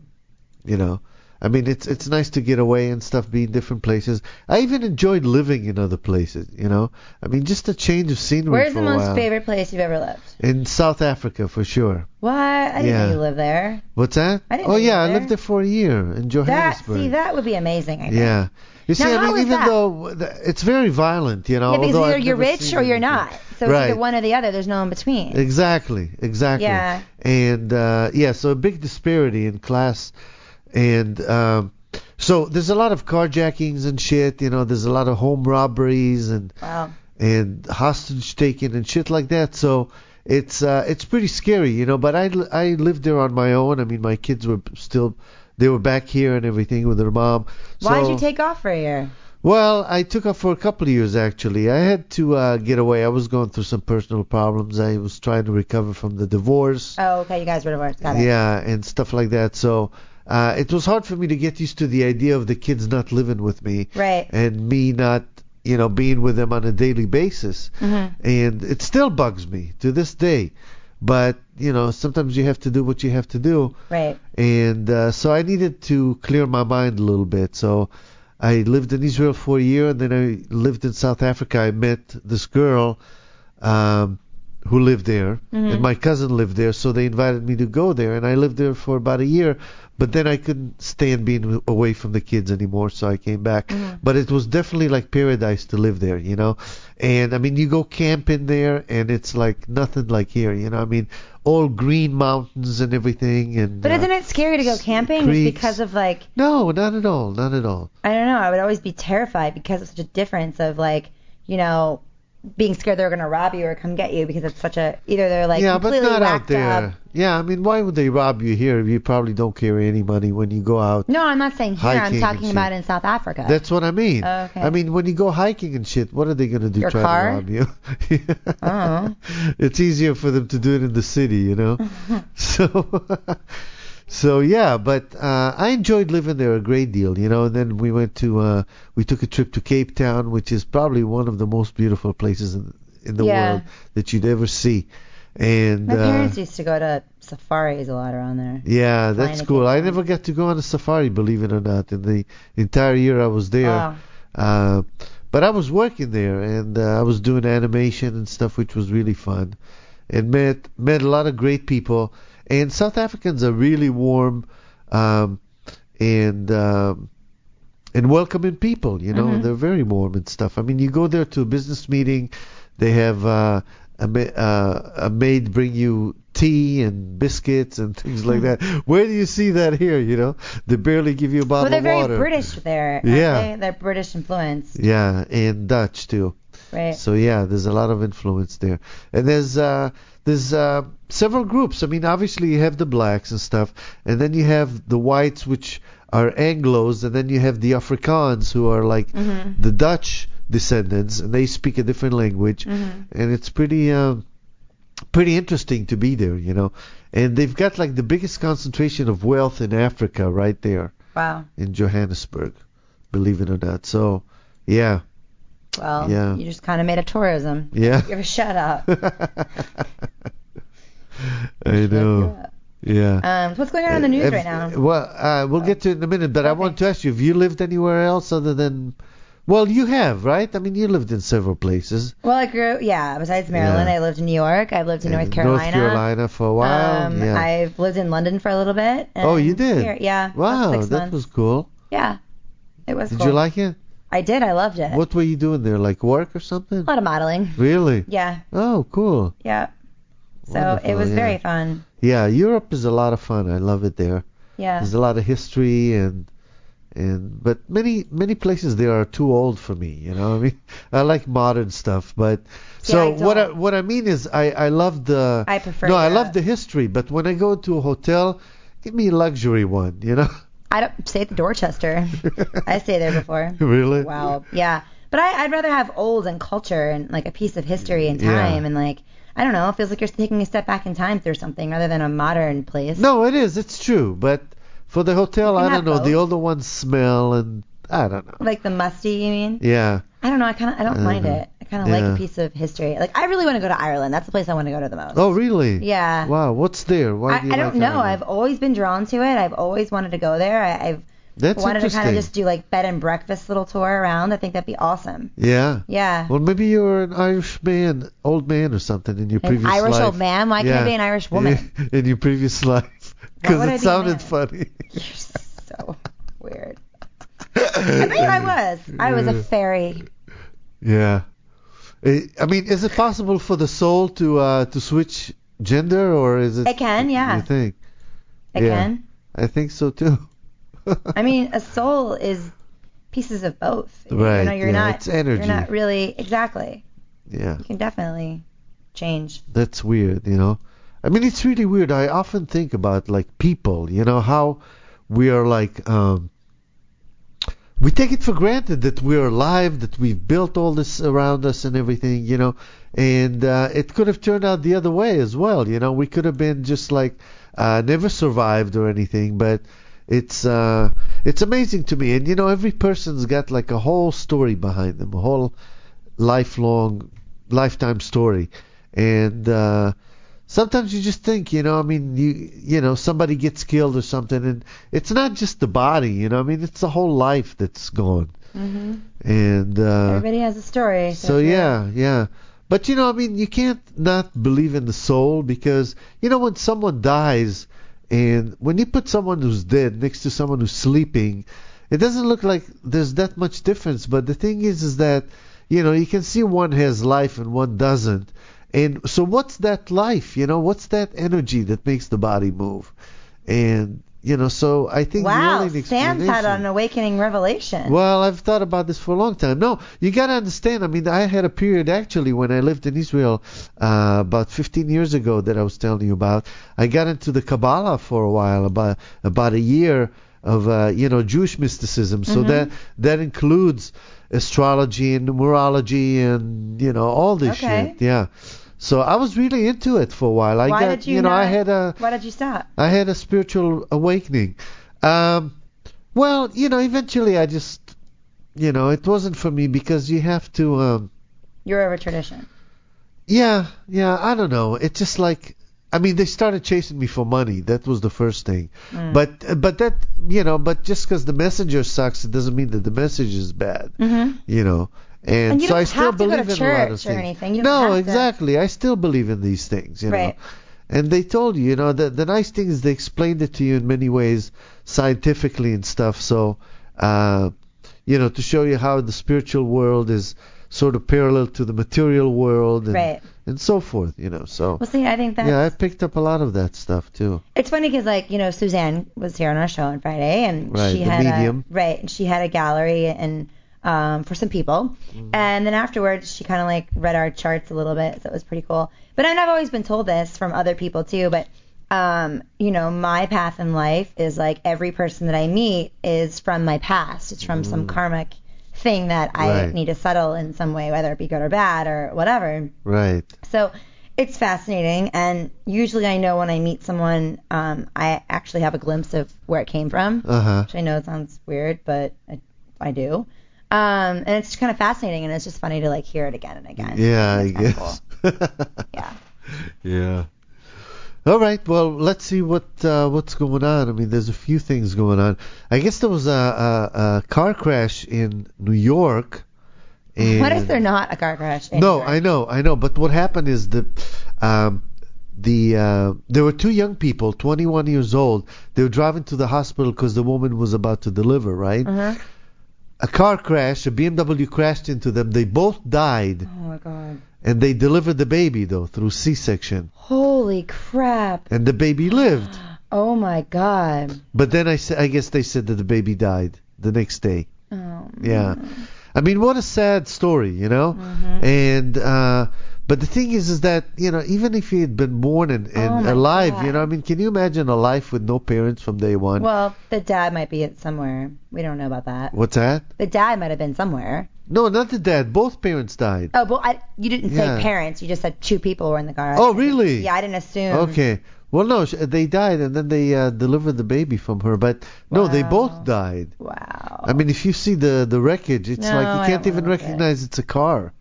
[SPEAKER 4] you know. I mean, it's it's nice to get away and stuff, be in different places. I even enjoyed living in other places, you know. I mean, just a change of scenery.
[SPEAKER 5] Where's
[SPEAKER 4] for
[SPEAKER 5] the
[SPEAKER 4] a
[SPEAKER 5] most
[SPEAKER 4] while.
[SPEAKER 5] favorite place you've ever lived?
[SPEAKER 4] In South Africa, for sure.
[SPEAKER 5] What? I didn't
[SPEAKER 4] Yeah.
[SPEAKER 5] know you lived there.
[SPEAKER 4] What's that?
[SPEAKER 5] I didn't
[SPEAKER 4] oh
[SPEAKER 5] know you
[SPEAKER 4] yeah,
[SPEAKER 5] were
[SPEAKER 4] I lived there
[SPEAKER 5] there.
[SPEAKER 4] for a year in
[SPEAKER 5] That
[SPEAKER 4] Johannesburg.
[SPEAKER 5] see, that would be amazing. I think.
[SPEAKER 4] Yeah. You see,
[SPEAKER 5] Now,
[SPEAKER 4] I
[SPEAKER 5] how
[SPEAKER 4] mean,
[SPEAKER 5] is
[SPEAKER 4] even
[SPEAKER 5] that?
[SPEAKER 4] though th- it's very violent, you know.
[SPEAKER 5] Yeah, because
[SPEAKER 4] although
[SPEAKER 5] either
[SPEAKER 4] I've
[SPEAKER 5] you're
[SPEAKER 4] never
[SPEAKER 5] rich
[SPEAKER 4] seen
[SPEAKER 5] or you're
[SPEAKER 4] anything.
[SPEAKER 5] not. So it's
[SPEAKER 4] Right.
[SPEAKER 5] either one or the other. There's no in between.
[SPEAKER 4] Exactly, exactly.
[SPEAKER 5] Yeah.
[SPEAKER 4] And uh, yeah, so a big disparity in class, and um, so there's a lot of carjackings and shit. You know, there's a lot of home robberies and
[SPEAKER 5] Wow.
[SPEAKER 4] and hostage taking and shit like that. So it's uh, it's pretty scary, you know. But I li- I lived there on my own. I mean, my kids were still they were back here and everything with their mom.
[SPEAKER 5] Why did
[SPEAKER 4] So-
[SPEAKER 5] you take off for a year?
[SPEAKER 4] Well, I took off for a couple of years actually. I had to uh, get away. I was going through some personal problems. I was trying to recover from the divorce.
[SPEAKER 5] Oh, okay. You guys were divorced. Oh, Got it.
[SPEAKER 4] Yeah, and stuff like that. So uh, it was hard for me to get used to the idea of the kids not living with me
[SPEAKER 5] Right.
[SPEAKER 4] and me not, you know, being with them on a daily basis.
[SPEAKER 5] Mm-hmm.
[SPEAKER 4] And it still bugs me to this day. But, you know, sometimes you have to do what you have to do.
[SPEAKER 5] Right.
[SPEAKER 4] And uh, so I needed to clear my mind a little bit. So I lived in Israel for a year, and then I lived in South Africa. I met this girl um, who lived there,
[SPEAKER 5] Mm-hmm.
[SPEAKER 4] and my cousin lived there, so they invited me to go there, and I lived there for about a year. But then I couldn't stand being away from the kids anymore, so I came back.
[SPEAKER 5] Mm-hmm.
[SPEAKER 4] But it was definitely like paradise to live there, you know. And I mean, you go camping there, and it's like nothing like here, you know. I mean, all green mountains and everything, and
[SPEAKER 5] But
[SPEAKER 4] uh,
[SPEAKER 5] isn't it scary to go camping It's
[SPEAKER 4] creeks.
[SPEAKER 5] because of like
[SPEAKER 4] no, not at all, not at all.
[SPEAKER 5] I don't know. I would always be terrified because of such a difference of like, you know, being scared they're gonna rob you or come get you because it's such a either they're like
[SPEAKER 4] yeah, but
[SPEAKER 5] completely
[SPEAKER 4] not out
[SPEAKER 5] whacked
[SPEAKER 4] there.
[SPEAKER 5] up.
[SPEAKER 4] Yeah, I mean, why would they rob you here if you probably don't carry any money when you go out?
[SPEAKER 5] No, I'm not saying here.
[SPEAKER 4] Hiking
[SPEAKER 5] I'm
[SPEAKER 4] and
[SPEAKER 5] talking
[SPEAKER 4] shit.
[SPEAKER 5] about in South Africa.
[SPEAKER 4] That's what I mean.
[SPEAKER 5] Okay.
[SPEAKER 4] I mean, when you go hiking and shit, what are they gonna do?
[SPEAKER 5] Your
[SPEAKER 4] try
[SPEAKER 5] car? Uh-huh.
[SPEAKER 4] to rob
[SPEAKER 5] (laughs)
[SPEAKER 4] you? (laughs) It's easier for them to do it in the city, you
[SPEAKER 5] (laughs)
[SPEAKER 4] know. so, (laughs) so yeah. But uh, I enjoyed living there a great deal, you know. And then we went to, uh, we took a trip to Cape Town, which is probably one of the most beautiful places in, in the
[SPEAKER 5] Yeah.
[SPEAKER 4] world that you'd ever see. And
[SPEAKER 5] My
[SPEAKER 4] uh,
[SPEAKER 5] parents used to go to safaris a lot around there.
[SPEAKER 4] yeah, that's
[SPEAKER 5] to
[SPEAKER 4] cool.
[SPEAKER 5] Cape
[SPEAKER 4] I
[SPEAKER 5] Town.
[SPEAKER 4] never got to go on a safari, believe it or not, in the entire year I was there.
[SPEAKER 5] Wow.
[SPEAKER 4] Uh, but I was working there, and uh, I was doing animation and stuff, which was really fun, and met met a lot of great people. And South Africans are really warm, um, and um, and welcoming people. You
[SPEAKER 5] Mm-hmm.
[SPEAKER 4] know, they're very warm and stuff. I mean, you go there to a business meeting, they have uh, a, ma- uh, a maid bring you tea and biscuits and things like that. Where do you see that here? You know, they barely give you a
[SPEAKER 5] Mm-hmm. Well,
[SPEAKER 4] bottle
[SPEAKER 5] they're
[SPEAKER 4] of
[SPEAKER 5] very
[SPEAKER 4] water.
[SPEAKER 5] British there. aren't
[SPEAKER 4] Yeah.
[SPEAKER 5] they? They're British influence,
[SPEAKER 4] Yeah, and Dutch too.
[SPEAKER 5] right?
[SPEAKER 4] So yeah, there's a lot of influence there, and there's uh, there's uh, several groups. I mean, obviously you have the blacks and stuff, and then you have the whites, which are Anglo's, and then you have the Afrikaans, who are like the Dutch descendants, and they speak a different language, and it's pretty. Uh, pretty interesting to be there, you know. And they've got like the biggest concentration of wealth in Africa right there
[SPEAKER 5] wow.
[SPEAKER 4] in Johannesburg, believe it or not. So, yeah,
[SPEAKER 5] Well,
[SPEAKER 4] Yeah.
[SPEAKER 5] you just kind of made a tourism.
[SPEAKER 4] yeah.
[SPEAKER 5] Give a shout out.
[SPEAKER 4] (laughs) I know. Yeah.
[SPEAKER 5] Um, so what's going on in the news
[SPEAKER 4] If-
[SPEAKER 5] right now?
[SPEAKER 4] Well, uh, we'll get to it in a minute, but I want to ask you: Have you lived anywhere else other than? Well, you have, right? I mean, you lived in several places.
[SPEAKER 5] Well, I grew, yeah, besides Maryland,
[SPEAKER 4] Yeah.
[SPEAKER 5] I lived in New York. I lived in North Carolina.
[SPEAKER 4] North Carolina for a while.
[SPEAKER 5] Um,
[SPEAKER 4] yeah.
[SPEAKER 5] I've lived in London for a little bit. and
[SPEAKER 4] oh, you did.
[SPEAKER 5] here- yeah. about
[SPEAKER 4] Wow,
[SPEAKER 5] six
[SPEAKER 4] that
[SPEAKER 5] months.
[SPEAKER 4] was cool.
[SPEAKER 5] Yeah. It was
[SPEAKER 4] Did
[SPEAKER 5] cool.
[SPEAKER 4] you like it?
[SPEAKER 5] I did. I loved it.
[SPEAKER 4] What were you doing there? Like work or something?
[SPEAKER 5] A lot of modeling.
[SPEAKER 4] Really?
[SPEAKER 5] Yeah.
[SPEAKER 4] Oh, cool.
[SPEAKER 5] Yeah. So
[SPEAKER 4] Wonderful,
[SPEAKER 5] it was
[SPEAKER 4] yeah.
[SPEAKER 5] very fun.
[SPEAKER 4] Yeah, Europe is a lot of fun. I love it there.
[SPEAKER 5] Yeah.
[SPEAKER 4] There's a lot of history and and but many many places there are too old for me. You know, what I mean, (laughs) I like modern stuff, but so
[SPEAKER 5] I
[SPEAKER 4] what? I,
[SPEAKER 5] don't.
[SPEAKER 4] what I mean is, I I love the
[SPEAKER 5] I prefer
[SPEAKER 4] no, I
[SPEAKER 5] the-
[SPEAKER 4] love the history, but when I go to a hotel, give me a luxury one. You know, (laughs)
[SPEAKER 5] I don't stay at the Dorchester. I stayed there before.
[SPEAKER 4] really?
[SPEAKER 5] Wow. Yeah. But I, I'd rather have old and culture and like a piece of history and
[SPEAKER 4] Yeah.
[SPEAKER 5] time and like I don't know. It feels like you're taking a step back in time through something rather than a modern place.
[SPEAKER 4] No, it is. It's true, but for the hotel,
[SPEAKER 5] You can
[SPEAKER 4] I don't
[SPEAKER 5] have
[SPEAKER 4] know. The
[SPEAKER 5] both.
[SPEAKER 4] older ones smell and I don't know.
[SPEAKER 5] Like the musty, you mean?
[SPEAKER 4] Yeah.
[SPEAKER 5] I don't know. I kind of I don't mind it. I kind of like
[SPEAKER 4] Mm-hmm. Yeah.
[SPEAKER 5] a piece of history. Like I really want to go to Ireland. That's the place I want to go to the most.
[SPEAKER 4] Oh, really?
[SPEAKER 5] Yeah.
[SPEAKER 4] Wow. What's there? Why
[SPEAKER 5] I,
[SPEAKER 4] do you
[SPEAKER 5] I
[SPEAKER 4] like
[SPEAKER 5] don't know.
[SPEAKER 4] Ireland?
[SPEAKER 5] I've always been drawn to it. I've always wanted to go there. I, I've
[SPEAKER 4] That's
[SPEAKER 5] wanted to
[SPEAKER 4] interesting.
[SPEAKER 5] kind of just do like bed and breakfast little tour around. I think that'd be awesome.
[SPEAKER 4] Yeah.
[SPEAKER 5] Yeah.
[SPEAKER 4] Well, maybe you were an Irish man, old man, or something in your
[SPEAKER 5] An
[SPEAKER 4] previous
[SPEAKER 5] Irish
[SPEAKER 4] life.
[SPEAKER 5] old man? Why can't I be an Irish woman?
[SPEAKER 4] (laughs) in your previous life,
[SPEAKER 5] would I
[SPEAKER 4] because
[SPEAKER 5] be a
[SPEAKER 4] it sounded
[SPEAKER 5] man?
[SPEAKER 4] funny.
[SPEAKER 5] (laughs)
[SPEAKER 4] (laughs)
[SPEAKER 5] You're so weird. I believe I was. I was a fairy.
[SPEAKER 4] Yeah. Eh, I mean, is it possible for the soul to uh, to switch gender, or is it?
[SPEAKER 5] It can, yeah.
[SPEAKER 4] You think?
[SPEAKER 5] I
[SPEAKER 4] Yeah.
[SPEAKER 5] can.
[SPEAKER 4] I think so too. (laughs)
[SPEAKER 5] I mean, a soul is pieces of both.
[SPEAKER 4] Right,
[SPEAKER 5] You know, you're
[SPEAKER 4] yeah,
[SPEAKER 5] not.
[SPEAKER 4] it's energy.
[SPEAKER 5] You're not really exactly.
[SPEAKER 4] Yeah.
[SPEAKER 5] You can definitely change.
[SPEAKER 4] That's weird, you know. I mean, it's really weird. I often think about like people, you know, how we are like um we take it for granted that we're alive, that we've built all this around us and everything, you know. And uh, it could have turned out the other way as well, you know. We could have been just like uh, never survived or anything, but it's uh, it's amazing to me. And you know, every person's got like a whole story behind them, a whole lifelong, lifetime story. And uh, sometimes you just think, you know, I mean, you you know, somebody gets killed or something, and it's not just the body, you know, I mean, it's the whole life that's gone. And uh,
[SPEAKER 5] Everybody has a story. So,
[SPEAKER 4] so yeah, yeah. But you know, I mean, you can't not believe in the soul because you know when someone dies, and when you put someone who's dead next to someone who's sleeping, it doesn't look like there's that much difference. But the thing is, is that you know you can see one has life and one doesn't. And so what's that life? You know, what's that energy that makes the body move? And you know, so I think the
[SPEAKER 5] Wow,
[SPEAKER 4] only
[SPEAKER 5] Sam's had
[SPEAKER 4] explanation-
[SPEAKER 5] an awakening revelation.
[SPEAKER 4] well, I've thought about this for a long time. No, you got to understand. I mean, I had a period actually when I lived in Israel uh, about 15 years ago that I was telling you about. I got into the Kabbalah for a while, about about a year of uh, you know Jewish mysticism. So
[SPEAKER 5] Mm-hmm.
[SPEAKER 4] that that includes astrology and numerology and you know all this
[SPEAKER 5] Okay.
[SPEAKER 4] shit. Yeah. So I was really into it for a while. I
[SPEAKER 5] Why
[SPEAKER 4] got
[SPEAKER 5] did you,
[SPEAKER 4] know I
[SPEAKER 5] not-
[SPEAKER 4] had a
[SPEAKER 5] Why did you stop?
[SPEAKER 4] I had a spiritual awakening. Um, well, you know, eventually I just, you know, it wasn't for me because you have to, um,
[SPEAKER 5] You're over tradition.
[SPEAKER 4] yeah, yeah, I don't know. It's just like, I mean, they started chasing me for money. That was the first thing.
[SPEAKER 5] Mm.
[SPEAKER 4] But, uh, but that, you know, but just because the messenger sucks, it doesn't mean that the message is bad. You know. And,
[SPEAKER 5] Mm-hmm. And you
[SPEAKER 4] so
[SPEAKER 5] don't
[SPEAKER 4] I still
[SPEAKER 5] have to go
[SPEAKER 4] believe
[SPEAKER 5] to
[SPEAKER 4] in a lot of
[SPEAKER 5] church or
[SPEAKER 4] things.
[SPEAKER 5] anything. You don't
[SPEAKER 4] no,
[SPEAKER 5] have to.
[SPEAKER 4] exactly. I still believe in these things. You
[SPEAKER 5] Right.
[SPEAKER 4] know. And they told you, you know, the the nice thing is they explained it to you in many ways, scientifically and stuff. So, uh, you know, to show you how the spiritual world is sort of parallel to the material world and
[SPEAKER 5] Right.
[SPEAKER 4] and so forth. You know, so
[SPEAKER 5] Well, see, I think that's.
[SPEAKER 4] yeah, I picked up a lot of that stuff too.
[SPEAKER 5] It's funny because, like, you know, Suzanne was here on our show on Friday, and
[SPEAKER 4] Right,
[SPEAKER 5] she
[SPEAKER 4] the
[SPEAKER 5] had
[SPEAKER 4] medium.
[SPEAKER 5] a right, and she had a gallery and um, for some people,
[SPEAKER 4] Mm-hmm.
[SPEAKER 5] and then afterwards she kind of like read our charts a little bit, so it was pretty cool. But and I've always been told this from other people too, but um, you know, my path in life is like every person that I meet is from my past. It's from some karmic thing that I
[SPEAKER 4] Mm. Right.
[SPEAKER 5] need to settle in some way, whether it be good or bad or whatever.
[SPEAKER 4] Right.
[SPEAKER 5] So it's fascinating, and usually I know when I meet someone, um, I actually have a glimpse of where it came from,
[SPEAKER 4] Uh huh.
[SPEAKER 5] which I know it sounds weird, but I, I do. Um, and it's kind of fascinating, and it's just funny to like hear it again and again.
[SPEAKER 4] Yeah, I
[SPEAKER 5] It's kinda cool.
[SPEAKER 4] guess. (laughs)
[SPEAKER 5] Yeah.
[SPEAKER 4] Yeah. All right. Well, let's see what uh, what's going on. I mean, there's a few things going on. I guess there was a, a, a car crash in New York. And
[SPEAKER 5] What if they're not a car crash? in
[SPEAKER 4] No,
[SPEAKER 5] Europe?
[SPEAKER 4] I know, I know. But what happened is the um, the uh, there were two young people, 21 years old. They were driving to the hospital because the woman was about to deliver, right?
[SPEAKER 5] Uh-huh.
[SPEAKER 4] A car crash, a BMW crashed into them. They both died,
[SPEAKER 5] Oh my god.
[SPEAKER 4] and they delivered the baby though through C-section,
[SPEAKER 5] Holy crap.
[SPEAKER 4] and the baby lived.
[SPEAKER 5] Oh my god.
[SPEAKER 4] But then I, sa- I guess they said that the baby died the next day.
[SPEAKER 5] Oh.
[SPEAKER 4] Yeah. I mean, what a sad story, you know?
[SPEAKER 5] Mm-hmm.
[SPEAKER 4] And, uh, but the thing is, is that, you know, even if he had been born and,
[SPEAKER 5] Oh,
[SPEAKER 4] and
[SPEAKER 5] my
[SPEAKER 4] alive,
[SPEAKER 5] God.
[SPEAKER 4] you know, I mean, can you imagine a life with no parents from day one?
[SPEAKER 5] Well, the dad might be at somewhere. We don't know about that.
[SPEAKER 4] What's that?
[SPEAKER 5] The dad might have been somewhere.
[SPEAKER 4] No, not the dad. Both parents died.
[SPEAKER 5] Oh, well, I, you didn't
[SPEAKER 4] Yeah.
[SPEAKER 5] say parents. You just said two people were in the garage.
[SPEAKER 4] Oh, really?
[SPEAKER 5] Yeah, I didn't assume.
[SPEAKER 4] Okay. Well, no, sh- they died and then they uh, delivered the baby from her. But no, they both
[SPEAKER 5] Wow.
[SPEAKER 4] died.
[SPEAKER 5] Wow.
[SPEAKER 4] I mean, if you see the, the wreckage, it's
[SPEAKER 5] No,
[SPEAKER 4] like
[SPEAKER 5] I
[SPEAKER 4] you can't
[SPEAKER 5] don't
[SPEAKER 4] even
[SPEAKER 5] like it.
[SPEAKER 4] recognize it's a car.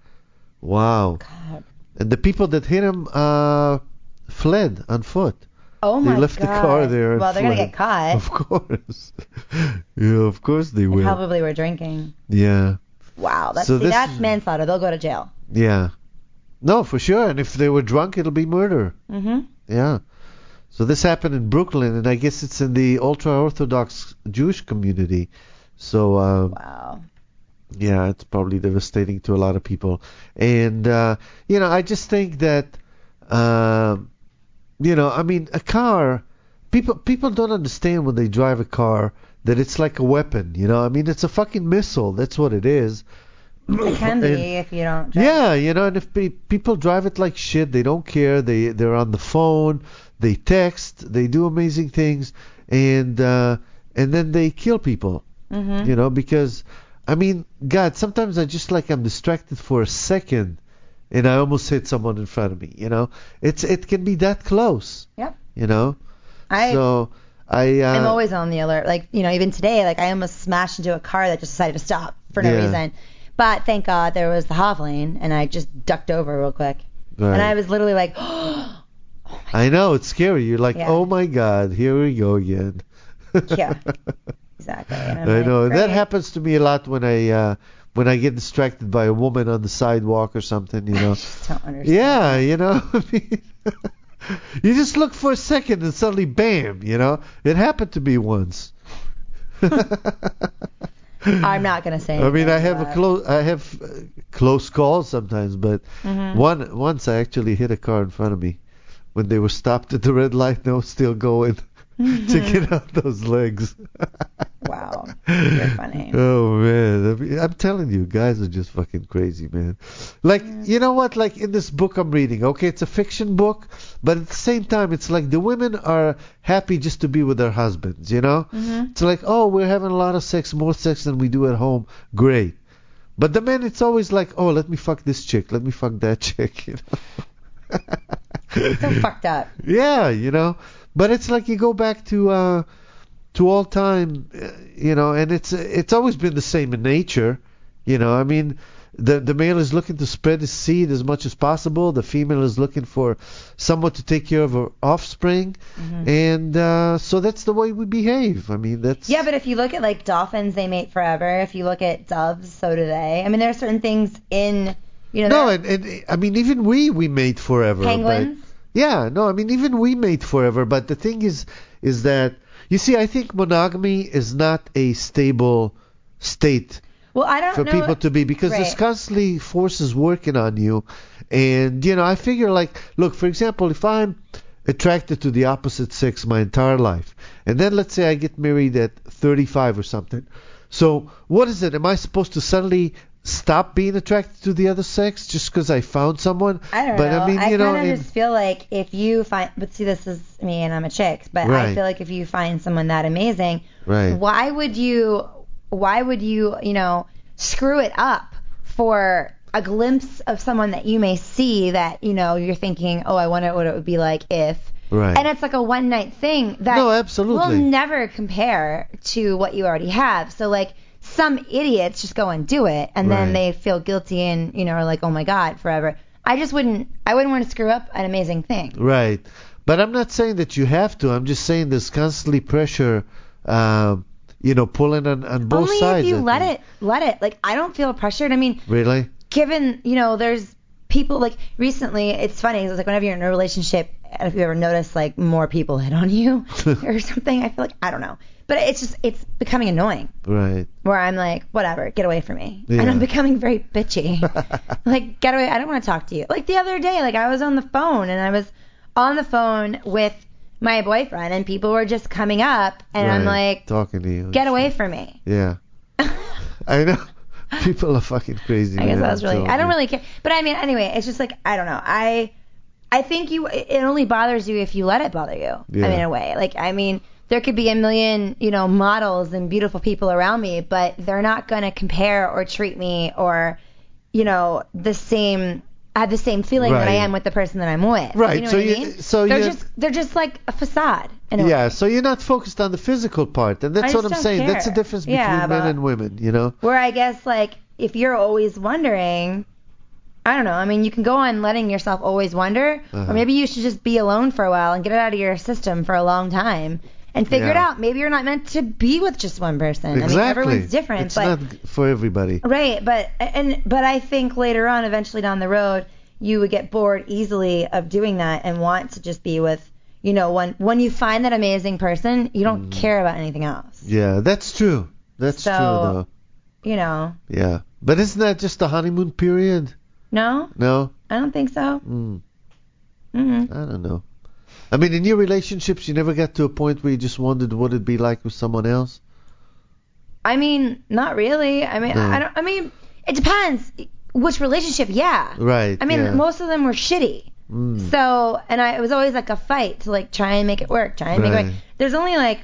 [SPEAKER 4] Wow.
[SPEAKER 5] God.
[SPEAKER 4] And the people that hit him uh, fled on foot.
[SPEAKER 5] Oh
[SPEAKER 4] They
[SPEAKER 5] my
[SPEAKER 4] left the
[SPEAKER 5] God.
[SPEAKER 4] car there and
[SPEAKER 5] Well, they're gonna
[SPEAKER 4] fled. Oh,
[SPEAKER 5] get caught.
[SPEAKER 4] Of course. (laughs) yeah, of course they will.
[SPEAKER 5] Probably were drinking.
[SPEAKER 4] Yeah.
[SPEAKER 5] Wow. That's,
[SPEAKER 4] So
[SPEAKER 5] see,
[SPEAKER 4] this
[SPEAKER 5] that's
[SPEAKER 4] is-
[SPEAKER 5] manslaughter. They'll go to jail.
[SPEAKER 4] Yeah. No, for sure. And if they were drunk, it'll be murder.
[SPEAKER 5] hmm
[SPEAKER 4] Yeah. So this happened in Brooklyn, and I guess it's in the ultra-Orthodox Jewish community. So um,
[SPEAKER 5] Wow.
[SPEAKER 4] yeah, it's probably devastating to a lot of people. And uh, you know, I just think that um you know, I mean, a car people people don't understand when they drive a car that it's like a weapon, you know? I mean, it's a fucking missile. That's what it is.
[SPEAKER 5] It can
[SPEAKER 4] And-
[SPEAKER 5] be if you don't. Drive.
[SPEAKER 4] Yeah, you know, and if pe- people drive it like shit, they don't care. They they're on the phone, they text, they do amazing things, and uh, and then they kill people.
[SPEAKER 5] Mm-hmm.
[SPEAKER 4] You know, because I mean, God, sometimes I just like I'm distracted for a second, and I almost hit someone in front of me. You know, it's it can be that close.
[SPEAKER 5] Yep.
[SPEAKER 4] You know,
[SPEAKER 5] I
[SPEAKER 4] so I uh,
[SPEAKER 5] I'm always on the alert. Like, you know, even today, like I almost smashed into a car that just decided to stop for no
[SPEAKER 4] Yeah.
[SPEAKER 5] reason. But thank God there was the half lane and I just ducked over real quick.
[SPEAKER 4] right.
[SPEAKER 5] And I was literally
[SPEAKER 4] (laughs)
[SPEAKER 5] like, (gasps)
[SPEAKER 4] I know it's scary. You're like,
[SPEAKER 5] Yeah.
[SPEAKER 4] oh my god, here we go again. (laughs)
[SPEAKER 5] yeah, exactly. And I'm
[SPEAKER 4] I
[SPEAKER 5] like,
[SPEAKER 4] know that
[SPEAKER 5] "Great."
[SPEAKER 4] happens to me a lot when I uh, when I get distracted by a woman on the sidewalk or something. You know.
[SPEAKER 5] Just don't understand.
[SPEAKER 4] yeah, you know. (laughs) I mean, you just look for a second and suddenly, bam! You know, it happened to me once.
[SPEAKER 5] I'm not gonna say.
[SPEAKER 4] I mean,
[SPEAKER 5] anything
[SPEAKER 4] I have
[SPEAKER 5] about
[SPEAKER 4] a
[SPEAKER 5] it.
[SPEAKER 4] close, I have uh, close calls sometimes, but one once I actually hit a car in front of me when they were stopped at the red light. and I was still going (laughs) to get out those legs.
[SPEAKER 5] Wow, you're funny.
[SPEAKER 4] Oh man, I mean, I'm telling you, guys are just fucking crazy, man. Like, you know what? Like in this book I'm reading, okay, it's a fiction book, but at the same time, it's like the women are happy just to be with their husbands, you know? It's like, oh, we're having a lot of sex, more sex than we do at home. Great. But the men, it's always like, oh, let me fuck this chick, let me fuck that (laughs) chick, you know?
[SPEAKER 5] So fucked up.
[SPEAKER 4] Yeah, you know, but it's like you go back to uh, to all time, uh, you know, and it's it's always been the same in nature, you know. I mean, the the male is looking to spread his seed as much as possible. The female is looking for someone to take care of her offspring, and uh, so that's the way we behave. I mean, that's
[SPEAKER 5] Yeah, but if you look at like dolphins, they mate forever. If you look at doves, so do they. I mean, there are certain things in, you know,
[SPEAKER 4] no,
[SPEAKER 5] there-
[SPEAKER 4] and, and I mean, even we we mate forever. but-
[SPEAKER 5] penguins.
[SPEAKER 4] Yeah, no, I mean even we mate forever, but the thing is is that you see I think monogamy is not a stable state
[SPEAKER 5] Well, I don't
[SPEAKER 4] for
[SPEAKER 5] know.
[SPEAKER 4] people to be because there's
[SPEAKER 5] right.
[SPEAKER 4] constantly forces working on you and you know, I figure like look, for example, if I'm attracted to the opposite sex my entire life and then let's say I get married at 35 or something. So, what is it? Am I supposed to suddenly stop being attracted to the other sex just because I found someone?
[SPEAKER 5] I don't
[SPEAKER 4] but
[SPEAKER 5] know.
[SPEAKER 4] I mean, you know,
[SPEAKER 5] kind
[SPEAKER 4] in-
[SPEAKER 5] of just feel like if you find, but see, this is me and I'm a chick, but
[SPEAKER 4] Right.
[SPEAKER 5] I feel like if you find someone that amazing,
[SPEAKER 4] Right.
[SPEAKER 5] why would you, why would you, you know, screw it up for a glimpse of someone that you may see that, you know, you're thinking, oh, I wonder what it would be like if.
[SPEAKER 4] Right.
[SPEAKER 5] And it's like a one night thing that
[SPEAKER 4] No, absolutely.
[SPEAKER 5] will never compare to what you already have. So like some idiots just go and do it and
[SPEAKER 4] Right.
[SPEAKER 5] then they feel guilty and you know are like oh my god forever. I just wouldn't I wouldn't want to screw up an amazing thing.
[SPEAKER 4] Right. But I'm not saying that you have to. I'm just saying there's constantly pressure, um, you know, pulling on, on both
[SPEAKER 5] Only
[SPEAKER 4] sides.
[SPEAKER 5] if you
[SPEAKER 4] I
[SPEAKER 5] let
[SPEAKER 4] think.
[SPEAKER 5] it let it. Like I don't feel pressured. I mean,
[SPEAKER 4] Really?
[SPEAKER 5] given you know there's people like recently it's funny it's like whenever you're in a relationship and if you ever notice like more people (laughs) hit
[SPEAKER 4] (laughs)
[SPEAKER 5] on you or something I feel like I don't know but it's just it's becoming annoying
[SPEAKER 4] Right.
[SPEAKER 5] where I'm like, whatever, get away from me.
[SPEAKER 4] Yeah.
[SPEAKER 5] And I'm becoming very
[SPEAKER 4] (laughs)
[SPEAKER 5] bitchy. like, get away. I don't want to talk to you. Like the other day, like I was on the phone and I was on the phone with my boyfriend and people were just coming up and I'm
[SPEAKER 4] Right.
[SPEAKER 5] like,
[SPEAKER 4] talking to you.
[SPEAKER 5] get away from me. (laughs)
[SPEAKER 4] Yeah. I know. (laughs) People are fucking crazy.
[SPEAKER 5] I guess
[SPEAKER 4] man.
[SPEAKER 5] that was
[SPEAKER 4] I'm
[SPEAKER 5] really,
[SPEAKER 4] telling
[SPEAKER 5] I don't
[SPEAKER 4] you.
[SPEAKER 5] really care. But I mean, anyway, it's just like, I don't know. I, I think you, it only bothers you if you let it bother you.
[SPEAKER 4] Yeah.
[SPEAKER 5] I mean, in a way, like, I mean, there could be a million, you know, models and beautiful people around me, but they're not going to compare or treat me or, you know, the same, have the same feeling that I
[SPEAKER 4] Right.
[SPEAKER 5] am with the person that I'm with.
[SPEAKER 4] Right,
[SPEAKER 5] You know
[SPEAKER 4] so
[SPEAKER 5] what
[SPEAKER 4] you-
[SPEAKER 5] I mean?
[SPEAKER 4] so
[SPEAKER 5] they're
[SPEAKER 4] you-
[SPEAKER 5] just, they're just like a facade. In a
[SPEAKER 4] Yeah,
[SPEAKER 5] Way.
[SPEAKER 4] so you're not focused on the physical part, and that's
[SPEAKER 5] I
[SPEAKER 4] what
[SPEAKER 5] just
[SPEAKER 4] I'm
[SPEAKER 5] don't
[SPEAKER 4] saying. That's the
[SPEAKER 5] care.
[SPEAKER 4] difference between
[SPEAKER 5] Yeah,
[SPEAKER 4] men
[SPEAKER 5] but-
[SPEAKER 4] and women, you know?
[SPEAKER 5] Where I guess like if you're always wondering, I don't know. I mean, you can go on letting yourself always wonder,
[SPEAKER 4] Uh-huh.
[SPEAKER 5] or maybe you should just be alone for a while and get it out of your system for a long time and figure it
[SPEAKER 4] Yeah.
[SPEAKER 5] out. Maybe you're not meant to be with just one person.
[SPEAKER 4] Exactly.
[SPEAKER 5] I mean, everyone's different,
[SPEAKER 4] It's
[SPEAKER 5] but
[SPEAKER 4] not g- for everybody.
[SPEAKER 5] right. But and but I think later on, eventually down the road, you would get bored easily of doing that and want to just be with. You know, when when you find that amazing person, you don't
[SPEAKER 4] Mm-hmm.
[SPEAKER 5] care about anything else.
[SPEAKER 4] Yeah, that's true. That's
[SPEAKER 5] So-
[SPEAKER 4] true, though.
[SPEAKER 5] You know,
[SPEAKER 4] Yeah. But isn't that just the honeymoon period?
[SPEAKER 5] no,
[SPEAKER 4] No?
[SPEAKER 5] I don't think so.
[SPEAKER 4] Mm.
[SPEAKER 5] hmm
[SPEAKER 4] I don't know. I mean, in your relationships, you never got to a point where you just wondered what it'd be like with someone else.
[SPEAKER 5] I mean, not really. I mean,
[SPEAKER 4] No.
[SPEAKER 5] I don't. I mean, it depends which relationship. Yeah.
[SPEAKER 4] Right.
[SPEAKER 5] I mean,
[SPEAKER 4] yeah.
[SPEAKER 5] most of them were shitty.
[SPEAKER 4] Mm.
[SPEAKER 5] So, and I it was always like a fight to like try and make it work, try and make it
[SPEAKER 4] Right.
[SPEAKER 5] work. There's only like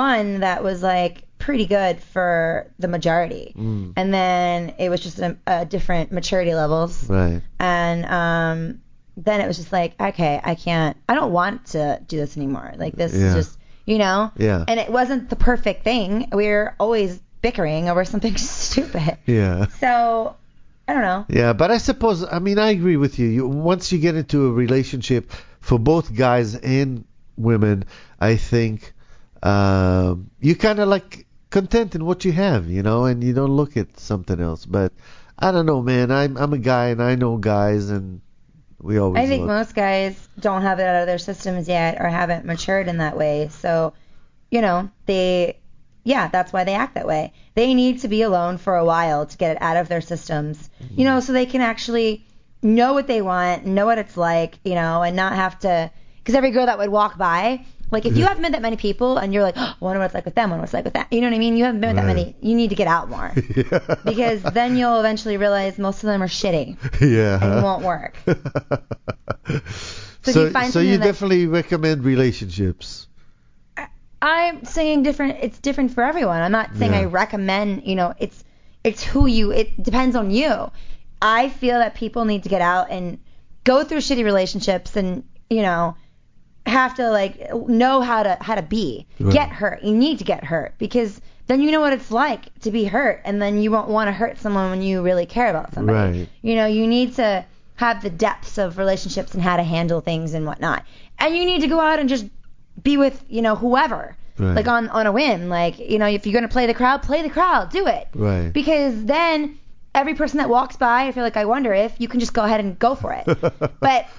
[SPEAKER 5] one that was like pretty good for the majority,
[SPEAKER 4] Mm.
[SPEAKER 5] and then it was just a, a different maturity levels,
[SPEAKER 4] Right.
[SPEAKER 5] and um, then it was just like, okay, I can't, I don't want to do this anymore. Like this
[SPEAKER 4] Yeah.
[SPEAKER 5] is just you know?
[SPEAKER 4] Yeah.
[SPEAKER 5] And it wasn't the perfect thing. We were always bickering over something (laughs) stupid.
[SPEAKER 4] Yeah. (laughs)
[SPEAKER 5] So, I don't know.
[SPEAKER 4] Yeah, but I suppose I mean I agree with you. you. Once you get into a relationship, for both guys and women, I think um, you kind of like content in what you have, you know, and you don't look at something else. But I don't know, man. I'm I'm a guy and I know guys, and we always.
[SPEAKER 5] I think
[SPEAKER 4] look.
[SPEAKER 5] most guys don't have it out of their systems yet or haven't matured in that way. So, you know, they, yeah, that's why they act that way. They need to be alone for a while to get it out of their systems, you know, so they can actually know what they want, know what it's like, you know, and not have to, because every girl that would walk by, like if you haven't met that many people and you're like, oh, I wonder what it's like with them, I wonder what it's like with that, you know what I mean? You haven't been with that many. You need to get out more
[SPEAKER 4] (laughs)
[SPEAKER 5] because then you'll eventually realize most of them are shitty. (laughs) It
[SPEAKER 4] yeah. (laughs)
[SPEAKER 5] won't work.
[SPEAKER 4] So,
[SPEAKER 5] if
[SPEAKER 4] so
[SPEAKER 5] you find
[SPEAKER 4] you
[SPEAKER 5] something that-
[SPEAKER 4] definitely recommend relationships.
[SPEAKER 5] I'm saying different. It's different for everyone. I'm not saying
[SPEAKER 4] Yeah.
[SPEAKER 5] I recommend. You know, it's it's who you. It depends on you. I feel that people need to get out and go through shitty relationships and you know have to like know how to how to be.
[SPEAKER 4] Right.
[SPEAKER 5] Get hurt. You need to get hurt because then you know what it's like to be hurt, and then you won't want to hurt someone when you really care about somebody.
[SPEAKER 4] Right.
[SPEAKER 5] You know, you need to have the depths of relationships and how to handle things and whatnot. And you need to go out and just be with, you know, whoever.
[SPEAKER 4] Right.
[SPEAKER 5] Like um, on on a whim. Like, you know, if you're gonna play the crowd, play the crowd. Do it.
[SPEAKER 4] Right. (laughs)
[SPEAKER 5] Because then every person that walks by, I feel like I wonder if you can just go ahead and go for
[SPEAKER 4] (laughs)
[SPEAKER 5] it. but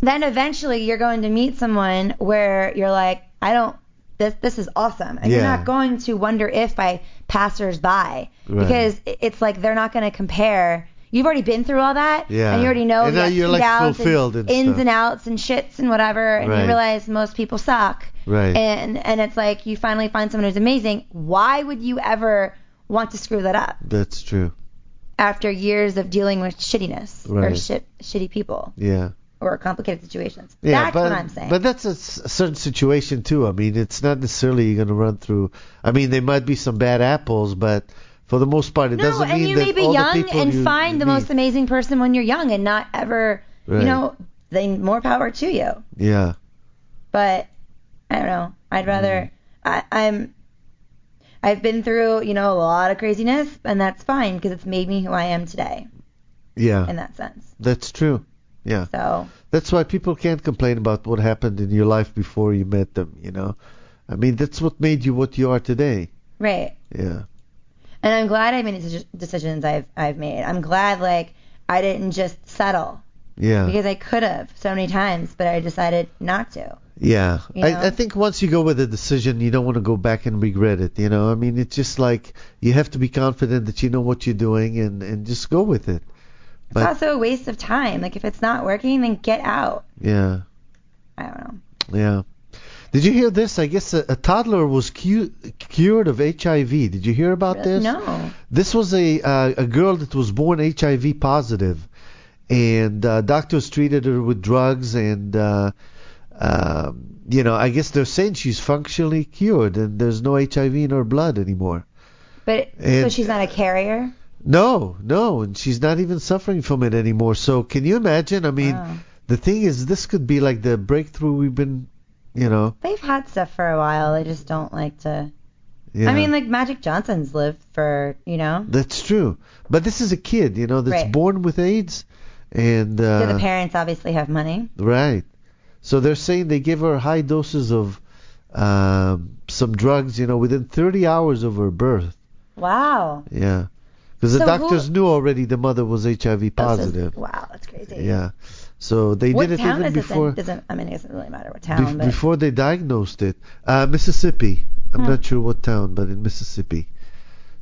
[SPEAKER 5] then eventually you're going to meet someone where you're like, I don't this this is awesome. And you're
[SPEAKER 4] Yeah.
[SPEAKER 5] not going to wonder if by passersby because i- it's like they're not going to compare. You've already been through all that,
[SPEAKER 4] Yeah.
[SPEAKER 5] and you already know
[SPEAKER 4] And
[SPEAKER 5] the
[SPEAKER 4] now
[SPEAKER 5] ups
[SPEAKER 4] you're,
[SPEAKER 5] and
[SPEAKER 4] like,
[SPEAKER 5] downs
[SPEAKER 4] fulfilled
[SPEAKER 5] and
[SPEAKER 4] and
[SPEAKER 5] ins
[SPEAKER 4] stuff.
[SPEAKER 5] and outs and shits and whatever, and
[SPEAKER 4] Right.
[SPEAKER 5] you realize most people suck.
[SPEAKER 4] Right.
[SPEAKER 5] And and it's like you finally find someone who's amazing. Why would you ever want to screw that up
[SPEAKER 4] That's true.
[SPEAKER 5] after years of dealing with shittiness or
[SPEAKER 4] Right.
[SPEAKER 5] shit shitty people
[SPEAKER 4] Yeah.
[SPEAKER 5] or complicated situations?
[SPEAKER 4] Yeah,
[SPEAKER 5] That's
[SPEAKER 4] but,
[SPEAKER 5] what I'm saying.
[SPEAKER 4] But that's a s- certain situation too. I mean, it's not necessarily you're going to run through. I mean, there might be some bad apples, but for the most part, it
[SPEAKER 5] No,
[SPEAKER 4] doesn't
[SPEAKER 5] and
[SPEAKER 4] mean
[SPEAKER 5] you
[SPEAKER 4] that
[SPEAKER 5] may be
[SPEAKER 4] all the
[SPEAKER 5] young
[SPEAKER 4] people
[SPEAKER 5] and
[SPEAKER 4] you,
[SPEAKER 5] find
[SPEAKER 4] you
[SPEAKER 5] the most
[SPEAKER 4] meet-
[SPEAKER 5] amazing person when you're young and not ever,
[SPEAKER 4] Right.
[SPEAKER 5] you know, then more power to you.
[SPEAKER 4] Yeah,
[SPEAKER 5] But I don't know. I'd rather
[SPEAKER 4] Mm-hmm.
[SPEAKER 5] I, I'm. I've been through, you know, a lot of craziness, and that's fine because it's made me who I am today
[SPEAKER 4] yeah,
[SPEAKER 5] in that sense.
[SPEAKER 4] that's true. Yeah,
[SPEAKER 5] So
[SPEAKER 4] that's why people can't complain about what happened in your life before you met them. You know, I mean, that's what made you what you are today.
[SPEAKER 5] right,
[SPEAKER 4] Yeah,
[SPEAKER 5] and I'm glad I made deci- decisions I've I've made. I'm glad like I didn't just settle
[SPEAKER 4] yeah,
[SPEAKER 5] because I could have so many times, but I decided not to.
[SPEAKER 4] yeah.
[SPEAKER 5] you know?
[SPEAKER 4] I, I think once you go with a decision, you don't want to go back and regret it. You know, I mean, it's just like you have to be confident that you know what you're doing and and just go with it.
[SPEAKER 5] It's
[SPEAKER 4] But-
[SPEAKER 5] also a waste of time. Like if it's not working, then get out.
[SPEAKER 4] Yeah.
[SPEAKER 5] I don't know.
[SPEAKER 4] Yeah. Did you hear this? I guess a, a toddler was cu- cured of HIV. Did you hear about this?
[SPEAKER 5] No.
[SPEAKER 4] This was a uh, a girl that was born HIV positive, and uh, doctors treated her with drugs, and uh, um you know, I guess they're saying she's functionally cured, and there's no HIV in her blood anymore.
[SPEAKER 5] But so
[SPEAKER 4] And-
[SPEAKER 5] she's not a carrier.
[SPEAKER 4] No, no, and she's not even suffering from it anymore. So can you imagine? I mean,
[SPEAKER 5] Wow.
[SPEAKER 4] the thing is, this could be like the breakthrough we've been, you know.
[SPEAKER 5] They've had stuff for a while. They just don't like to.
[SPEAKER 4] yeah.
[SPEAKER 5] I mean, like Magic Johnson's lived for, you know.
[SPEAKER 4] That's true. But this is a kid, you know, that's
[SPEAKER 5] Right.
[SPEAKER 4] born with AIDS, and
[SPEAKER 5] So
[SPEAKER 4] uh,
[SPEAKER 5] the parents obviously have money.
[SPEAKER 4] right. So they're saying they gave her high doses of um, some drugs, you know, within 30 hours of her birth.
[SPEAKER 5] Wow.
[SPEAKER 4] Yeah, because the
[SPEAKER 5] So who-
[SPEAKER 4] doctors knew already the mother was HIV
[SPEAKER 5] That's
[SPEAKER 4] positive.
[SPEAKER 5] just- wow, that's crazy.
[SPEAKER 4] yeah, so they
[SPEAKER 5] What
[SPEAKER 4] did it
[SPEAKER 5] town
[SPEAKER 4] even
[SPEAKER 5] is this
[SPEAKER 4] before
[SPEAKER 5] in? Doesn't I mean, it doesn't really matter what
[SPEAKER 4] be-
[SPEAKER 5] town, but
[SPEAKER 4] before they diagnosed it. Uh, Mississippi.
[SPEAKER 5] Hmm.
[SPEAKER 4] I'm not sure what town, but in Mississippi.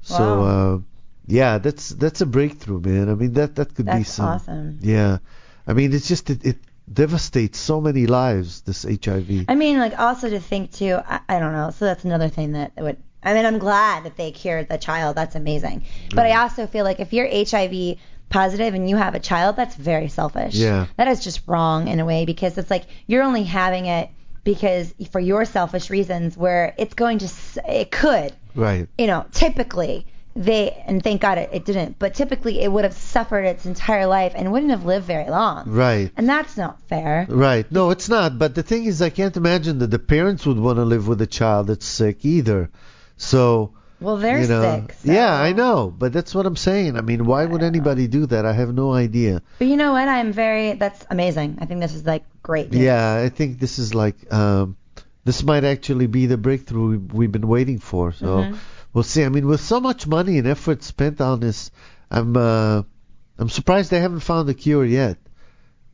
[SPEAKER 4] So
[SPEAKER 5] Wow.
[SPEAKER 4] uh, yeah, that's that's a breakthrough, man. I mean that that could be
[SPEAKER 5] that's
[SPEAKER 4] some.
[SPEAKER 5] awesome.
[SPEAKER 4] Yeah, I mean it's just it, it devastates so many lives. This HIV.
[SPEAKER 5] I mean, like also to think too. I, I don't know. So that's another thing that would. I mean, I'm glad that they cured the child. That's amazing. But
[SPEAKER 4] Mm.
[SPEAKER 5] I also feel like if you're HIV positive and you have a child, that's very selfish.
[SPEAKER 4] Yeah.
[SPEAKER 5] That is just wrong in a way because it's like you're only having it because for your selfish reasons where it's going to s- it could
[SPEAKER 4] Right.
[SPEAKER 5] you know typically they and thank God it, it didn't. But typically, it would have suffered its entire life and wouldn't have lived very long.
[SPEAKER 4] Right.
[SPEAKER 5] And that's not fair.
[SPEAKER 4] Right. No, it's not. But the thing is, I can't imagine that the parents would want to live with a child that's sick either. So,
[SPEAKER 5] Well, they're
[SPEAKER 4] you know.
[SPEAKER 5] sick. so-
[SPEAKER 4] Yeah, I know. But that's what I'm saying. I mean, why would anybody do that? I have no idea.
[SPEAKER 5] But you know what? I'm very. That's amazing. I think this is like great. news.
[SPEAKER 4] Yeah, I think this is like, um, this might actually be the breakthrough we- we've been waiting for. So,
[SPEAKER 5] Mm-hmm.
[SPEAKER 4] we'll see. I mean, with so much money and effort spent on this, I'm, uh, I'm surprised they haven't found a cure yet.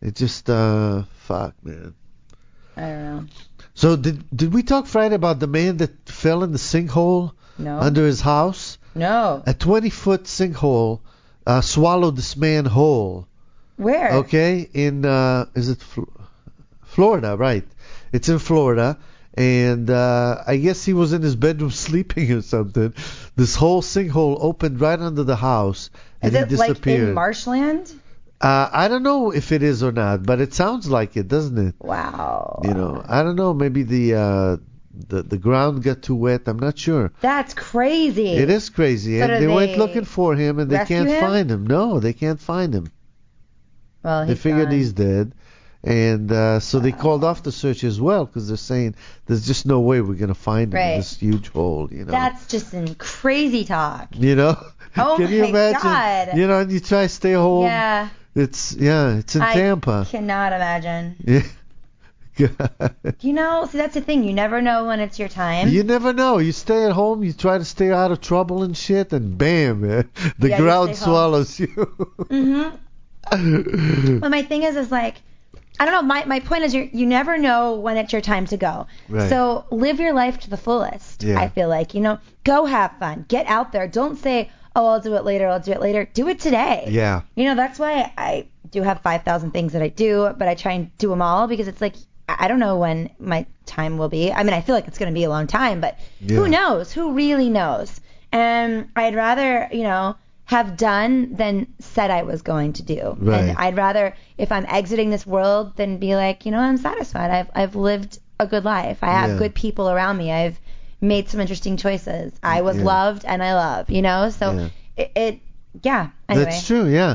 [SPEAKER 4] It just, uh, fuck, man.
[SPEAKER 5] I don't know.
[SPEAKER 4] So did did we talk Friday about the man that fell in the sinkhole
[SPEAKER 5] No.
[SPEAKER 4] under his house?
[SPEAKER 5] no.
[SPEAKER 4] A 20 foot sinkhole uh, swallowed this man whole.
[SPEAKER 5] Where?
[SPEAKER 4] Okay, in uh, is it Fl- Florida? Right, it's in Florida, and uh, I guess he was in his bedroom (laughs) sleeping or something. This whole sinkhole opened right under the house, and
[SPEAKER 5] Is it
[SPEAKER 4] he
[SPEAKER 5] like in
[SPEAKER 4] disappeared.
[SPEAKER 5] marshland?
[SPEAKER 4] uh, I don't know if it is or not, but it sounds like it, doesn't it?
[SPEAKER 5] Wow.
[SPEAKER 4] you know i don't know maybe the uh the, the ground got too wet i'm not sure
[SPEAKER 5] That's crazy.
[SPEAKER 4] it is crazy
[SPEAKER 5] So
[SPEAKER 4] and
[SPEAKER 5] do
[SPEAKER 4] they, went
[SPEAKER 5] they
[SPEAKER 4] looking for him and they
[SPEAKER 5] rescue
[SPEAKER 4] can't
[SPEAKER 5] him?
[SPEAKER 4] find him no they can't find him
[SPEAKER 5] Well,
[SPEAKER 4] they
[SPEAKER 5] he's
[SPEAKER 4] figured
[SPEAKER 5] gone.
[SPEAKER 4] he's dead and uh, so they called off the search as well because they're saying there's just no way we're going to find him in
[SPEAKER 5] Right.
[SPEAKER 4] this huge hole you know
[SPEAKER 5] That's just in crazy talk.
[SPEAKER 4] (laughs) you know
[SPEAKER 5] (laughs) Oh
[SPEAKER 4] can you
[SPEAKER 5] my
[SPEAKER 4] imagine
[SPEAKER 5] God.
[SPEAKER 4] you know and you try to stay home
[SPEAKER 5] Yeah.
[SPEAKER 4] it's yeah it's in
[SPEAKER 5] I
[SPEAKER 4] tampa (laughs)
[SPEAKER 5] cannot imagine.
[SPEAKER 4] yeah (laughs)
[SPEAKER 5] You know, see that's the thing. You never know when it's your time.
[SPEAKER 4] You never know. You stay at home, you try to stay out of trouble and shit, and bam, (laughs) eh, the
[SPEAKER 5] Yeah, you
[SPEAKER 4] ground
[SPEAKER 5] stay home.
[SPEAKER 4] swallows you. (laughs)
[SPEAKER 5] Mhm. But my thing is, is like, I don't know. My my point is, you you never know when it's your time to go.
[SPEAKER 4] Right.
[SPEAKER 5] So live your life to the fullest.
[SPEAKER 4] Yeah.
[SPEAKER 5] I feel like you know, go have fun, get out there. Don't say, oh, I'll do it later, I'll do it later. Do it today.
[SPEAKER 4] yeah,
[SPEAKER 5] You know, that's why I do have 5,000 things that I do, but I try and do them all because it's like, I I don't know when my time will be. I mean, I feel like it's going to be a long time, but
[SPEAKER 4] Yeah.
[SPEAKER 5] who knows? Who really knows? And I'd rather, you know, have done than said I was going to do.
[SPEAKER 4] Right.
[SPEAKER 5] And I'd rather, if I'm exiting this world, than be like, you know, I'm satisfied. I've, I've lived a good life. I have
[SPEAKER 4] Yeah.
[SPEAKER 5] good people around me. I've made some interesting choices. I was
[SPEAKER 4] Yeah.
[SPEAKER 5] loved and I love, you know? So
[SPEAKER 4] Yeah.
[SPEAKER 5] it, it, yeah. Anyway.
[SPEAKER 4] that's true. Yeah,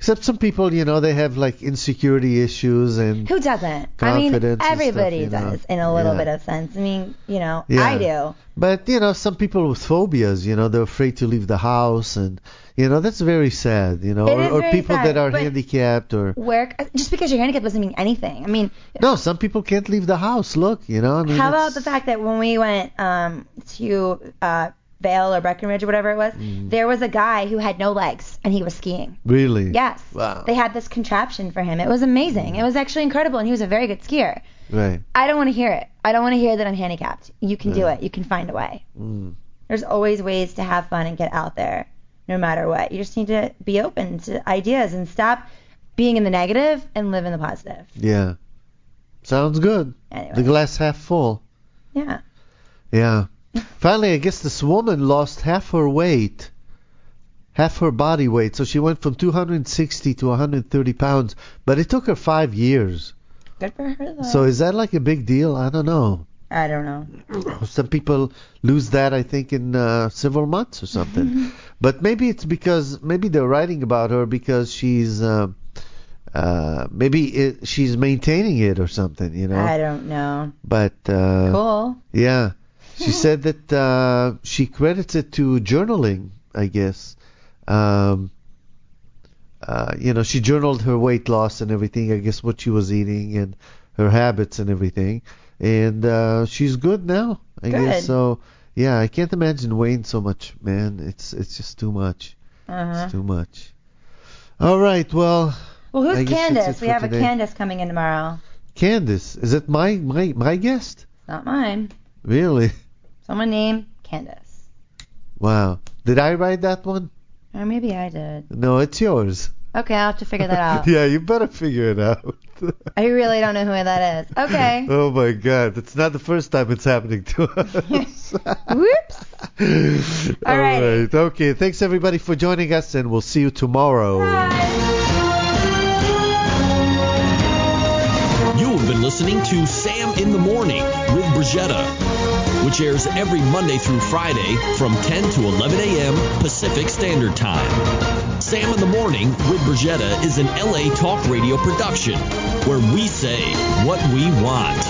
[SPEAKER 4] except some people, you know, they have like insecurity issues and
[SPEAKER 5] Who doesn't? I
[SPEAKER 4] Confidence
[SPEAKER 5] mean,
[SPEAKER 4] and stuff,
[SPEAKER 5] everybody
[SPEAKER 4] you know.
[SPEAKER 5] does in a little
[SPEAKER 4] Yeah.
[SPEAKER 5] bit of sense. I mean, you know,
[SPEAKER 4] Yeah.
[SPEAKER 5] I do.
[SPEAKER 4] But you know, some people with phobias, you know, they're afraid to leave the house, and you know, that's very sad. You know,
[SPEAKER 5] It
[SPEAKER 4] or,
[SPEAKER 5] is
[SPEAKER 4] or
[SPEAKER 5] very
[SPEAKER 4] people
[SPEAKER 5] sad,
[SPEAKER 4] that are
[SPEAKER 5] but-
[SPEAKER 4] handicapped, or
[SPEAKER 5] Work just because you're handicapped doesn't mean anything. I mean,
[SPEAKER 4] no, some people can't leave the house. Look, you know, I mean,
[SPEAKER 5] how about
[SPEAKER 4] it's-
[SPEAKER 5] the fact that when we went um, to uh, Vail or Breckenridge or whatever it was,
[SPEAKER 4] Mm.
[SPEAKER 5] there was a guy who had no legs and he was skiing.
[SPEAKER 4] Really?
[SPEAKER 5] Yes,
[SPEAKER 4] Wow.
[SPEAKER 5] they had this contraption for him. It was amazing.
[SPEAKER 4] Mm.
[SPEAKER 5] It was actually incredible, and he was a very good skier.
[SPEAKER 4] Right.
[SPEAKER 5] I don't want to hear it. I don't want to hear that I'm handicapped. You can do it. You can find a way.
[SPEAKER 4] Mm.
[SPEAKER 5] There's always ways to have fun and get out there, no matter what. You just need to be open to ideas and stop being in the negative and live in the positive.
[SPEAKER 4] Yeah. Sounds good. The
[SPEAKER 5] Anyway,
[SPEAKER 4] glass half full.
[SPEAKER 5] yeah.
[SPEAKER 4] Yeah. (laughs) Finally, I guess this woman lost half her weight, half her body weight. So she went from 260 to 130 pounds, but it took her five years.
[SPEAKER 5] Good for her though.
[SPEAKER 4] So is that like a big deal? I don't know.
[SPEAKER 5] I don't know.
[SPEAKER 4] Some people lose that, I think, in uh, several months or something. but maybe it's because maybe they're writing about her because she's uh, uh, maybe it, she's maintaining it or something, you know.
[SPEAKER 5] I don't know.
[SPEAKER 4] But uh,
[SPEAKER 5] Cool.
[SPEAKER 4] Yeah. She said that uh, she credits it to journaling, I guess. Um, uh, you know, she journaled her weight loss and everything, I guess what she was eating and her habits and everything. And uh, she's good now, I
[SPEAKER 5] Good.
[SPEAKER 4] guess. So, yeah, I can't imagine weighing so much, man. It's it's just too much.
[SPEAKER 5] Uh-huh.
[SPEAKER 4] It's too much. All right, well,
[SPEAKER 5] Well, who's
[SPEAKER 4] I guess that's
[SPEAKER 5] Candace?
[SPEAKER 4] it
[SPEAKER 5] We
[SPEAKER 4] for
[SPEAKER 5] have
[SPEAKER 4] today.
[SPEAKER 5] a Candace coming in tomorrow.
[SPEAKER 4] Candace, is it my my my guest?
[SPEAKER 5] Not mine.
[SPEAKER 4] Really? (laughs)
[SPEAKER 5] Someone named Candace.
[SPEAKER 4] Wow. Did I write that one?
[SPEAKER 5] Or maybe I did.
[SPEAKER 4] No, it's yours.
[SPEAKER 5] Okay, I'll have to
[SPEAKER 4] (laughs)
[SPEAKER 5] figure that out.
[SPEAKER 4] Yeah, you better figure it out.
[SPEAKER 5] I really don't know who that is. Okay.
[SPEAKER 4] (laughs) oh my God, it's not the first time it's happening to
[SPEAKER 5] (laughs)
[SPEAKER 4] us.
[SPEAKER 5] Whoops.
[SPEAKER 4] (laughs) All
[SPEAKER 5] right.
[SPEAKER 4] right. Okay. Thanks everybody for joining us, and we'll see you tomorrow.
[SPEAKER 3] You have been listening to Sam in the Morning with Brigetta. which airs every Monday through Friday from 10 to 11 a.m. Pacific Standard Time. Sam in the Morning with Brigetta is an LA Talk Radio production where we say what we want.